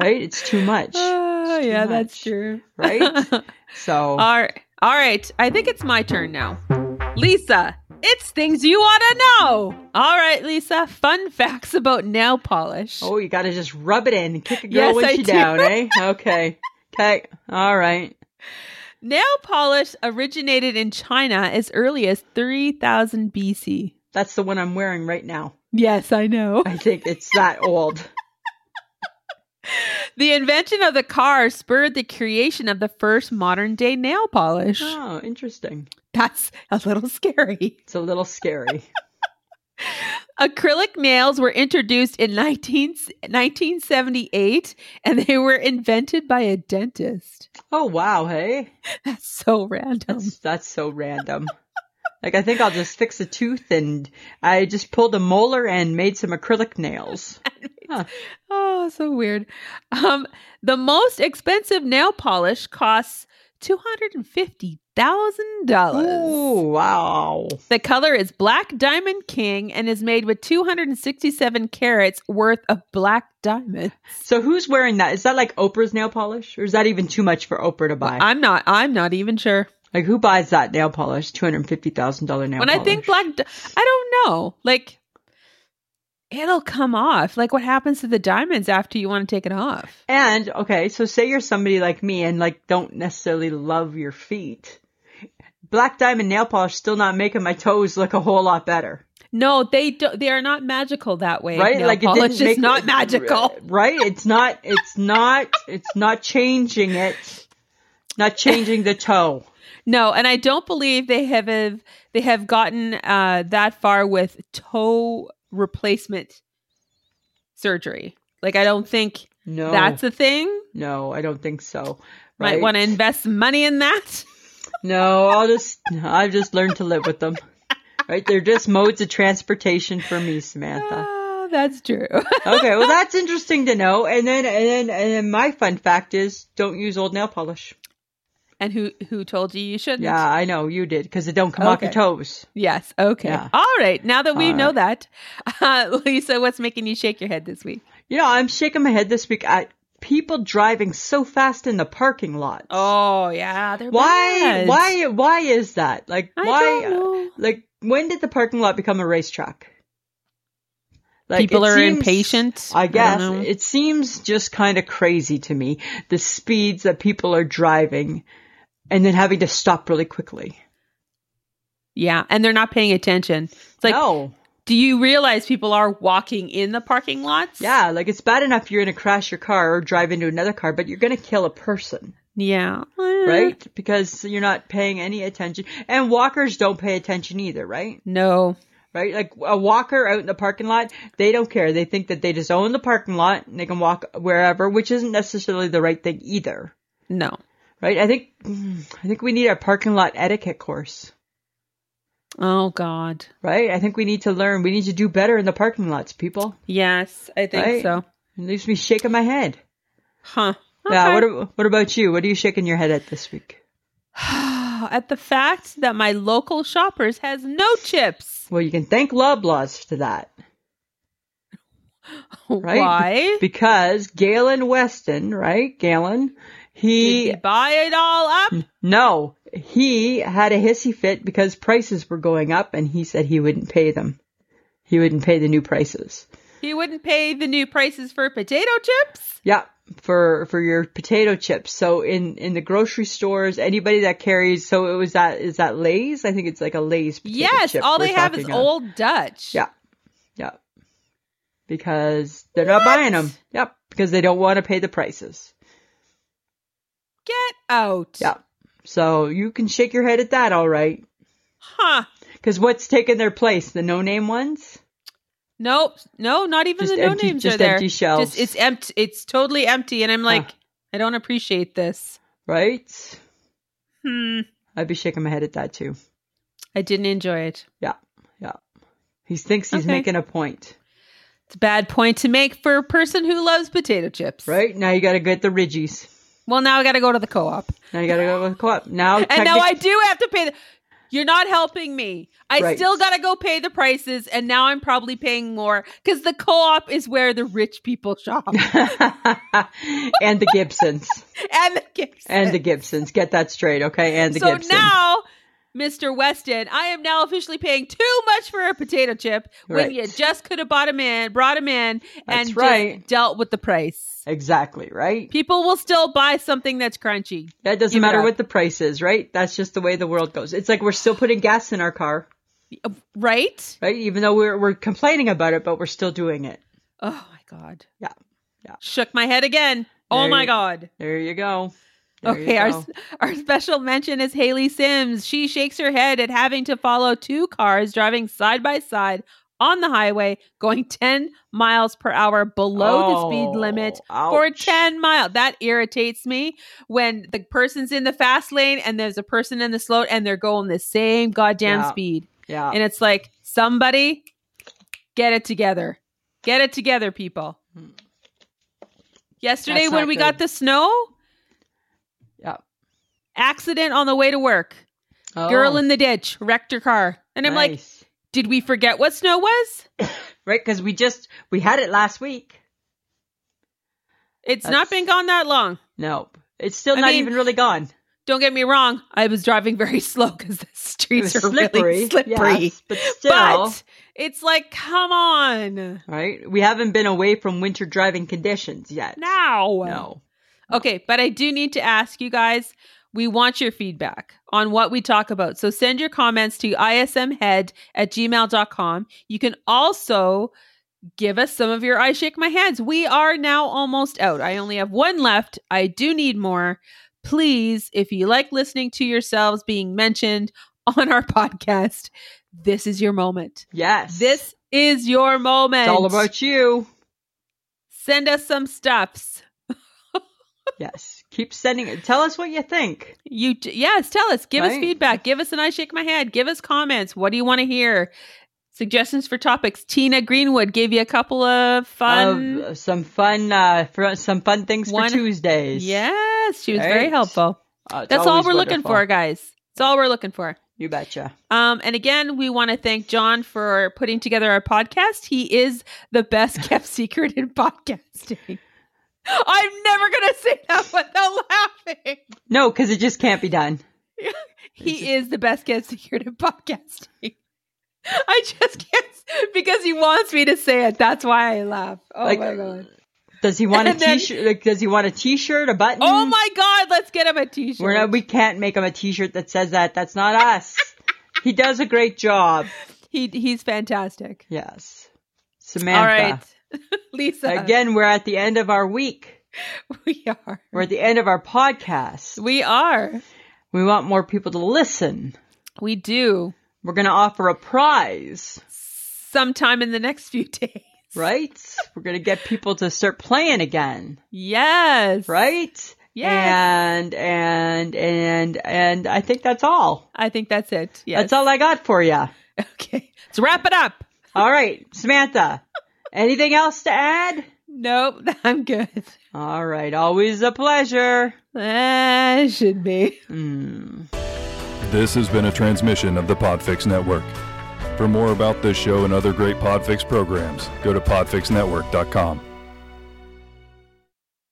Speaker 2: Right? It's too much.
Speaker 1: Oh,
Speaker 2: It's too
Speaker 1: yeah, that's
Speaker 2: much.
Speaker 1: true.
Speaker 2: Right? So,
Speaker 1: all right. All right. I think it's my turn now. Lisa, it's things you want to know. All right, Lisa, fun facts about nail polish.
Speaker 2: oh, you got to just rub it in and kick a girl
Speaker 1: Yes,
Speaker 2: when
Speaker 1: I
Speaker 2: she
Speaker 1: do.
Speaker 2: down, eh? Okay. Okay. All right.
Speaker 1: Nail polish originated in China as early as 3000 BC.
Speaker 2: That's the one I'm wearing right now.
Speaker 1: Yes, I know.
Speaker 2: I think it's that old.
Speaker 1: The invention of the car spurred the creation of the first modern day nail polish.
Speaker 2: Oh, interesting.
Speaker 1: That's a little scary.
Speaker 2: It's a little scary.
Speaker 1: Acrylic nails were introduced in 19, 1978 and they were invented by a dentist.
Speaker 2: Oh, wow. Hey.
Speaker 1: That's so random.
Speaker 2: That's, that's so random. Like I think I'll just fix a tooth and I just pulled a molar and made some acrylic nails.
Speaker 1: Oh, so weird. Um, the most expensive nail polish costs
Speaker 2: Oh
Speaker 1: $250,000.
Speaker 2: wow.
Speaker 1: The color is Black Diamond King and is made with 267 carats worth of black diamonds.
Speaker 2: So who's wearing that? Is that like Oprah's nail polish? Or is that even too much for Oprah to buy?
Speaker 1: I'm not I'm not even sure.
Speaker 2: like who buys that nail polish? Two hundred and fifty thousand dollar nail
Speaker 1: when
Speaker 2: polish.
Speaker 1: I think black, di- I don't know. Like, it'll come off. Like, what happens to the diamonds after you want to take it off?
Speaker 2: And okay, so say you're somebody like me and like don't necessarily love your feet. Black diamond nail polish still not making my toes look a whole lot better.
Speaker 1: No, they do, they are not magical that way.
Speaker 2: right
Speaker 1: Nail
Speaker 2: like it
Speaker 1: polish
Speaker 2: didn't make
Speaker 1: is not
Speaker 2: it-
Speaker 1: magical.
Speaker 2: right it's not it's not it's not changing it not changing the toe
Speaker 1: No, and I don't believe they have they have gotten uh, that far with toe replacement surgery. Like, I don't think
Speaker 2: no
Speaker 1: that's a thing.
Speaker 2: no i don't think so
Speaker 1: Might
Speaker 2: right
Speaker 1: want to invest money in that.
Speaker 2: No, I'll just I've just learned to live with them. Right? They're just modes of transportation for me, Samantha.
Speaker 1: Oh, that's true.
Speaker 2: Okay, well that's interesting to know. And then and then and then my fun fact is don't use old nail polish.
Speaker 1: and who who told you you shouldn't?
Speaker 2: Yeah, I know you did because it don't come off your
Speaker 1: Okay.
Speaker 2: toes.
Speaker 1: Yes. Okay.
Speaker 2: Yeah.
Speaker 1: All right. Now that we
Speaker 2: All
Speaker 1: know that, uh, Lisa, what's making you shake your head this week?
Speaker 2: You know, I'm shaking my head this week at people driving so fast in the parking lot.
Speaker 1: Oh yeah, they're
Speaker 2: why
Speaker 1: bad.
Speaker 2: why why is that? Like
Speaker 1: I
Speaker 2: why
Speaker 1: don't know.
Speaker 2: like when did the parking lot become a racetrack?
Speaker 1: People
Speaker 2: it
Speaker 1: are
Speaker 2: seems-
Speaker 1: impatient.
Speaker 2: I guess
Speaker 1: don't know.
Speaker 2: it seems just kind of crazy to me the speeds that people are driving and then having to stop really quickly.
Speaker 1: yeah, and they're not paying attention. It's like,
Speaker 2: no.
Speaker 1: do you realize people are walking in the parking lots?
Speaker 2: Yeah, like it's bad enough you're going to crash your car or drive into another car, but you're going to kill a person,
Speaker 1: Yeah.
Speaker 2: right? Because you're not paying any attention. And walkers don't pay attention either, right?
Speaker 1: No.
Speaker 2: Right? Like a walker out in the parking lot, they don't care. They think that they just own the parking lot and they can walk wherever, which isn't necessarily the right thing either.
Speaker 1: No.
Speaker 2: Right? I think I think we need a parking lot etiquette course.
Speaker 1: Oh God.
Speaker 2: Right? I think we need to learn. We need to do better in the parking lots, people.
Speaker 1: Yes, I think
Speaker 2: Right?
Speaker 1: so.
Speaker 2: It leaves me shaking my head.
Speaker 1: Huh.
Speaker 2: Yeah,
Speaker 1: Okay.
Speaker 2: what ab- what about you? What are you shaking your head at this week?
Speaker 1: at the fact that my local shoppers has no chips.
Speaker 2: Well, you can thank Loblaws for that. Right?
Speaker 1: Why?
Speaker 2: Because Galen Weston, right? Galen,
Speaker 1: Did
Speaker 2: he Mm.
Speaker 1: he buy it all up?
Speaker 2: no, he had a hissy fit because prices were going up and he said he wouldn't pay them. He wouldn't pay the new prices.
Speaker 1: He wouldn't pay the new prices for potato chips?
Speaker 2: Yeah, for for your potato chips. So in in the grocery stores, anybody that carries, so it was that is that Lay's? I think it's like a Lay's. Potato
Speaker 1: yes,
Speaker 2: chip
Speaker 1: all
Speaker 2: we're
Speaker 1: they have is
Speaker 2: talking of.
Speaker 1: old Dutch.
Speaker 2: Yeah, yeah, because they're not buying them. Yep, because they don't want to pay the prices.
Speaker 1: Get out.
Speaker 2: Yeah, so you can shake your head at that, all right?
Speaker 1: Huh.
Speaker 2: Because what's taking their place? The no name ones.
Speaker 1: Nope. No, not even
Speaker 2: Just
Speaker 1: the no
Speaker 2: empty-
Speaker 1: names
Speaker 2: just
Speaker 1: are there.
Speaker 2: empty shelves.
Speaker 1: Just it's empty it's totally empty and I'm like, I don't appreciate this.
Speaker 2: right?
Speaker 1: Hmm.
Speaker 2: I'd be shaking my head at that too.
Speaker 1: I didn't enjoy it.
Speaker 2: Yeah, yeah. He thinks he's
Speaker 1: Okay.
Speaker 2: making a point,
Speaker 1: It's a bad point to make for a person who loves potato chips.
Speaker 2: right? Now you got to get the Ridgies.
Speaker 1: Well, now I got to go to the co-op.
Speaker 2: Now you got to go with co-op. Now,
Speaker 1: and now
Speaker 2: technic-
Speaker 1: I do have to pay. The- You're not helping me. I
Speaker 2: Right.
Speaker 1: still got to go pay the prices, and now I'm probably paying more because the co-op is where the rich people shop
Speaker 2: and the Gibsons.
Speaker 1: and the kids.
Speaker 2: And the Gibsons. Get that straight, okay? And the
Speaker 1: so
Speaker 2: Gibsons.
Speaker 1: now, Mr. Weston, I am now officially paying too much for a potato chip when
Speaker 2: Right.
Speaker 1: you just could have bought him in, brought him in, and
Speaker 2: That's
Speaker 1: just
Speaker 2: right.
Speaker 1: dealt with the price.
Speaker 2: exactly, right?
Speaker 1: People will still buy something that's crunchy.
Speaker 2: That doesn't
Speaker 1: Give it
Speaker 2: matter
Speaker 1: up.
Speaker 2: what the price is, right? That's just the way the world goes. It's like we're still putting gas in our car,
Speaker 1: Right?
Speaker 2: right? Even though we're we're complaining about it, but we're still doing it.
Speaker 1: Oh my god.
Speaker 2: Yeah. Yeah.
Speaker 1: Shook my head again. oh
Speaker 2: There
Speaker 1: my
Speaker 2: you-
Speaker 1: god.
Speaker 2: There you go. There you
Speaker 1: okay, our
Speaker 2: go.
Speaker 1: s- our special mention is Haley Sims. She shakes her head at having to follow two cars driving side by side on the highway going 10 miles per hour below the speed
Speaker 2: Oh,
Speaker 1: limit for
Speaker 2: ouch.
Speaker 1: 10 mile. That irritates me when the person's in the fast lane and there's a person in the slow and they're going the same goddamn
Speaker 2: Yeah.
Speaker 1: speed.
Speaker 2: Yeah.
Speaker 1: And it's like somebody get it together. Get it together, people.
Speaker 2: Hmm.
Speaker 1: Yesterday
Speaker 2: That's
Speaker 1: when
Speaker 2: not
Speaker 1: we got
Speaker 2: good.
Speaker 1: the snow,
Speaker 2: yeah.
Speaker 1: accident on the way to work. Girl in the ditch wrecked her car. And I'm like,
Speaker 2: Oh, Nice.
Speaker 1: did we forget what snow was?
Speaker 2: right? Because we just we had it last week.
Speaker 1: It's not
Speaker 2: That's-
Speaker 1: been gone that long.
Speaker 2: Nope, it's still
Speaker 1: I
Speaker 2: not
Speaker 1: mean,
Speaker 2: even really gone.
Speaker 1: Don't get me wrong. I was driving very slow because the
Speaker 2: It
Speaker 1: streets
Speaker 2: was
Speaker 1: are really slippery.
Speaker 2: yes, but still,
Speaker 1: But it's like, come on
Speaker 2: right? We haven't been away from winter driving conditions yet.
Speaker 1: now.
Speaker 2: No.
Speaker 1: Okay, but I do need to ask you guys, we want your feedback on what we talk about. So send your comments to ismhead at gmail.com. You can also give us some of your I shake my heads. We are now almost out. I only have one left. I do need more. Please, if you like listening to yourselves being mentioned on our podcast, this is your moment.
Speaker 2: Yes.
Speaker 1: This is your moment.
Speaker 2: It's all about you.
Speaker 1: send us some stuffs.
Speaker 2: Yes. Keep sending it. Tell us what you think.
Speaker 1: You t- yes, tell us. Give us
Speaker 2: Right.
Speaker 1: feedback. Give us an I shake my head. Give us comments. What do you want to hear? Suggestions for topics. Tina Greenwood gave you a couple of fun.
Speaker 2: Of some fun, uh, for, some fun things
Speaker 1: One-
Speaker 2: for Tuesdays.
Speaker 1: yes, she was very
Speaker 2: Right.
Speaker 1: helpful.
Speaker 2: Uh, it's
Speaker 1: That's all
Speaker 2: always
Speaker 1: we're looking
Speaker 2: wonderful.
Speaker 1: for, guys. It's all we're looking for.
Speaker 2: You betcha.
Speaker 1: Um, and again, we want to thank John for putting together our podcast. He is the best kept secret in podcasting. I'm never gonna say that without laughing.
Speaker 2: No, because it just can't be done. It's-
Speaker 1: He is the best kept secret in podcasting. I just can't because he wants me to say it. That's why I laugh. Oh
Speaker 2: Like- uh,
Speaker 1: my god!
Speaker 2: Does he want a
Speaker 1: And then-
Speaker 2: t-shirt? Like, does he want a t-shirt? A button?
Speaker 1: Oh my god! Let's get him a T-shirt.
Speaker 2: mm. We're not, we can't make him a t-shirt that says that. That's not us. he does a great job.
Speaker 1: he he's fantastic.
Speaker 2: Yes. Samantha.
Speaker 1: All right, Lisa.
Speaker 2: Again, we're at the end of our week.
Speaker 1: we are.
Speaker 2: We're at the end of our podcast.
Speaker 1: We are.
Speaker 2: We want more people to listen.
Speaker 1: We do.
Speaker 2: We're going to offer a prize,
Speaker 1: Sometime in the next few days.
Speaker 2: right? We're going to get people to start playing again,
Speaker 1: Yes.
Speaker 2: right?
Speaker 1: Yes.
Speaker 2: And, and, and, and I think that's all.
Speaker 1: I think that's it. Yes.
Speaker 2: That's all I got for you.
Speaker 1: Okay. Let's wrap it up.
Speaker 2: All right, Samantha, anything else to add?
Speaker 1: Nope. I'm good.
Speaker 2: All right, always a pleasure.
Speaker 1: Uh, should be.
Speaker 2: Mm.
Speaker 3: This has been a transmission of the Podfix Network. For more about this show and other great Podfix programs, go to podfixnetwork.com.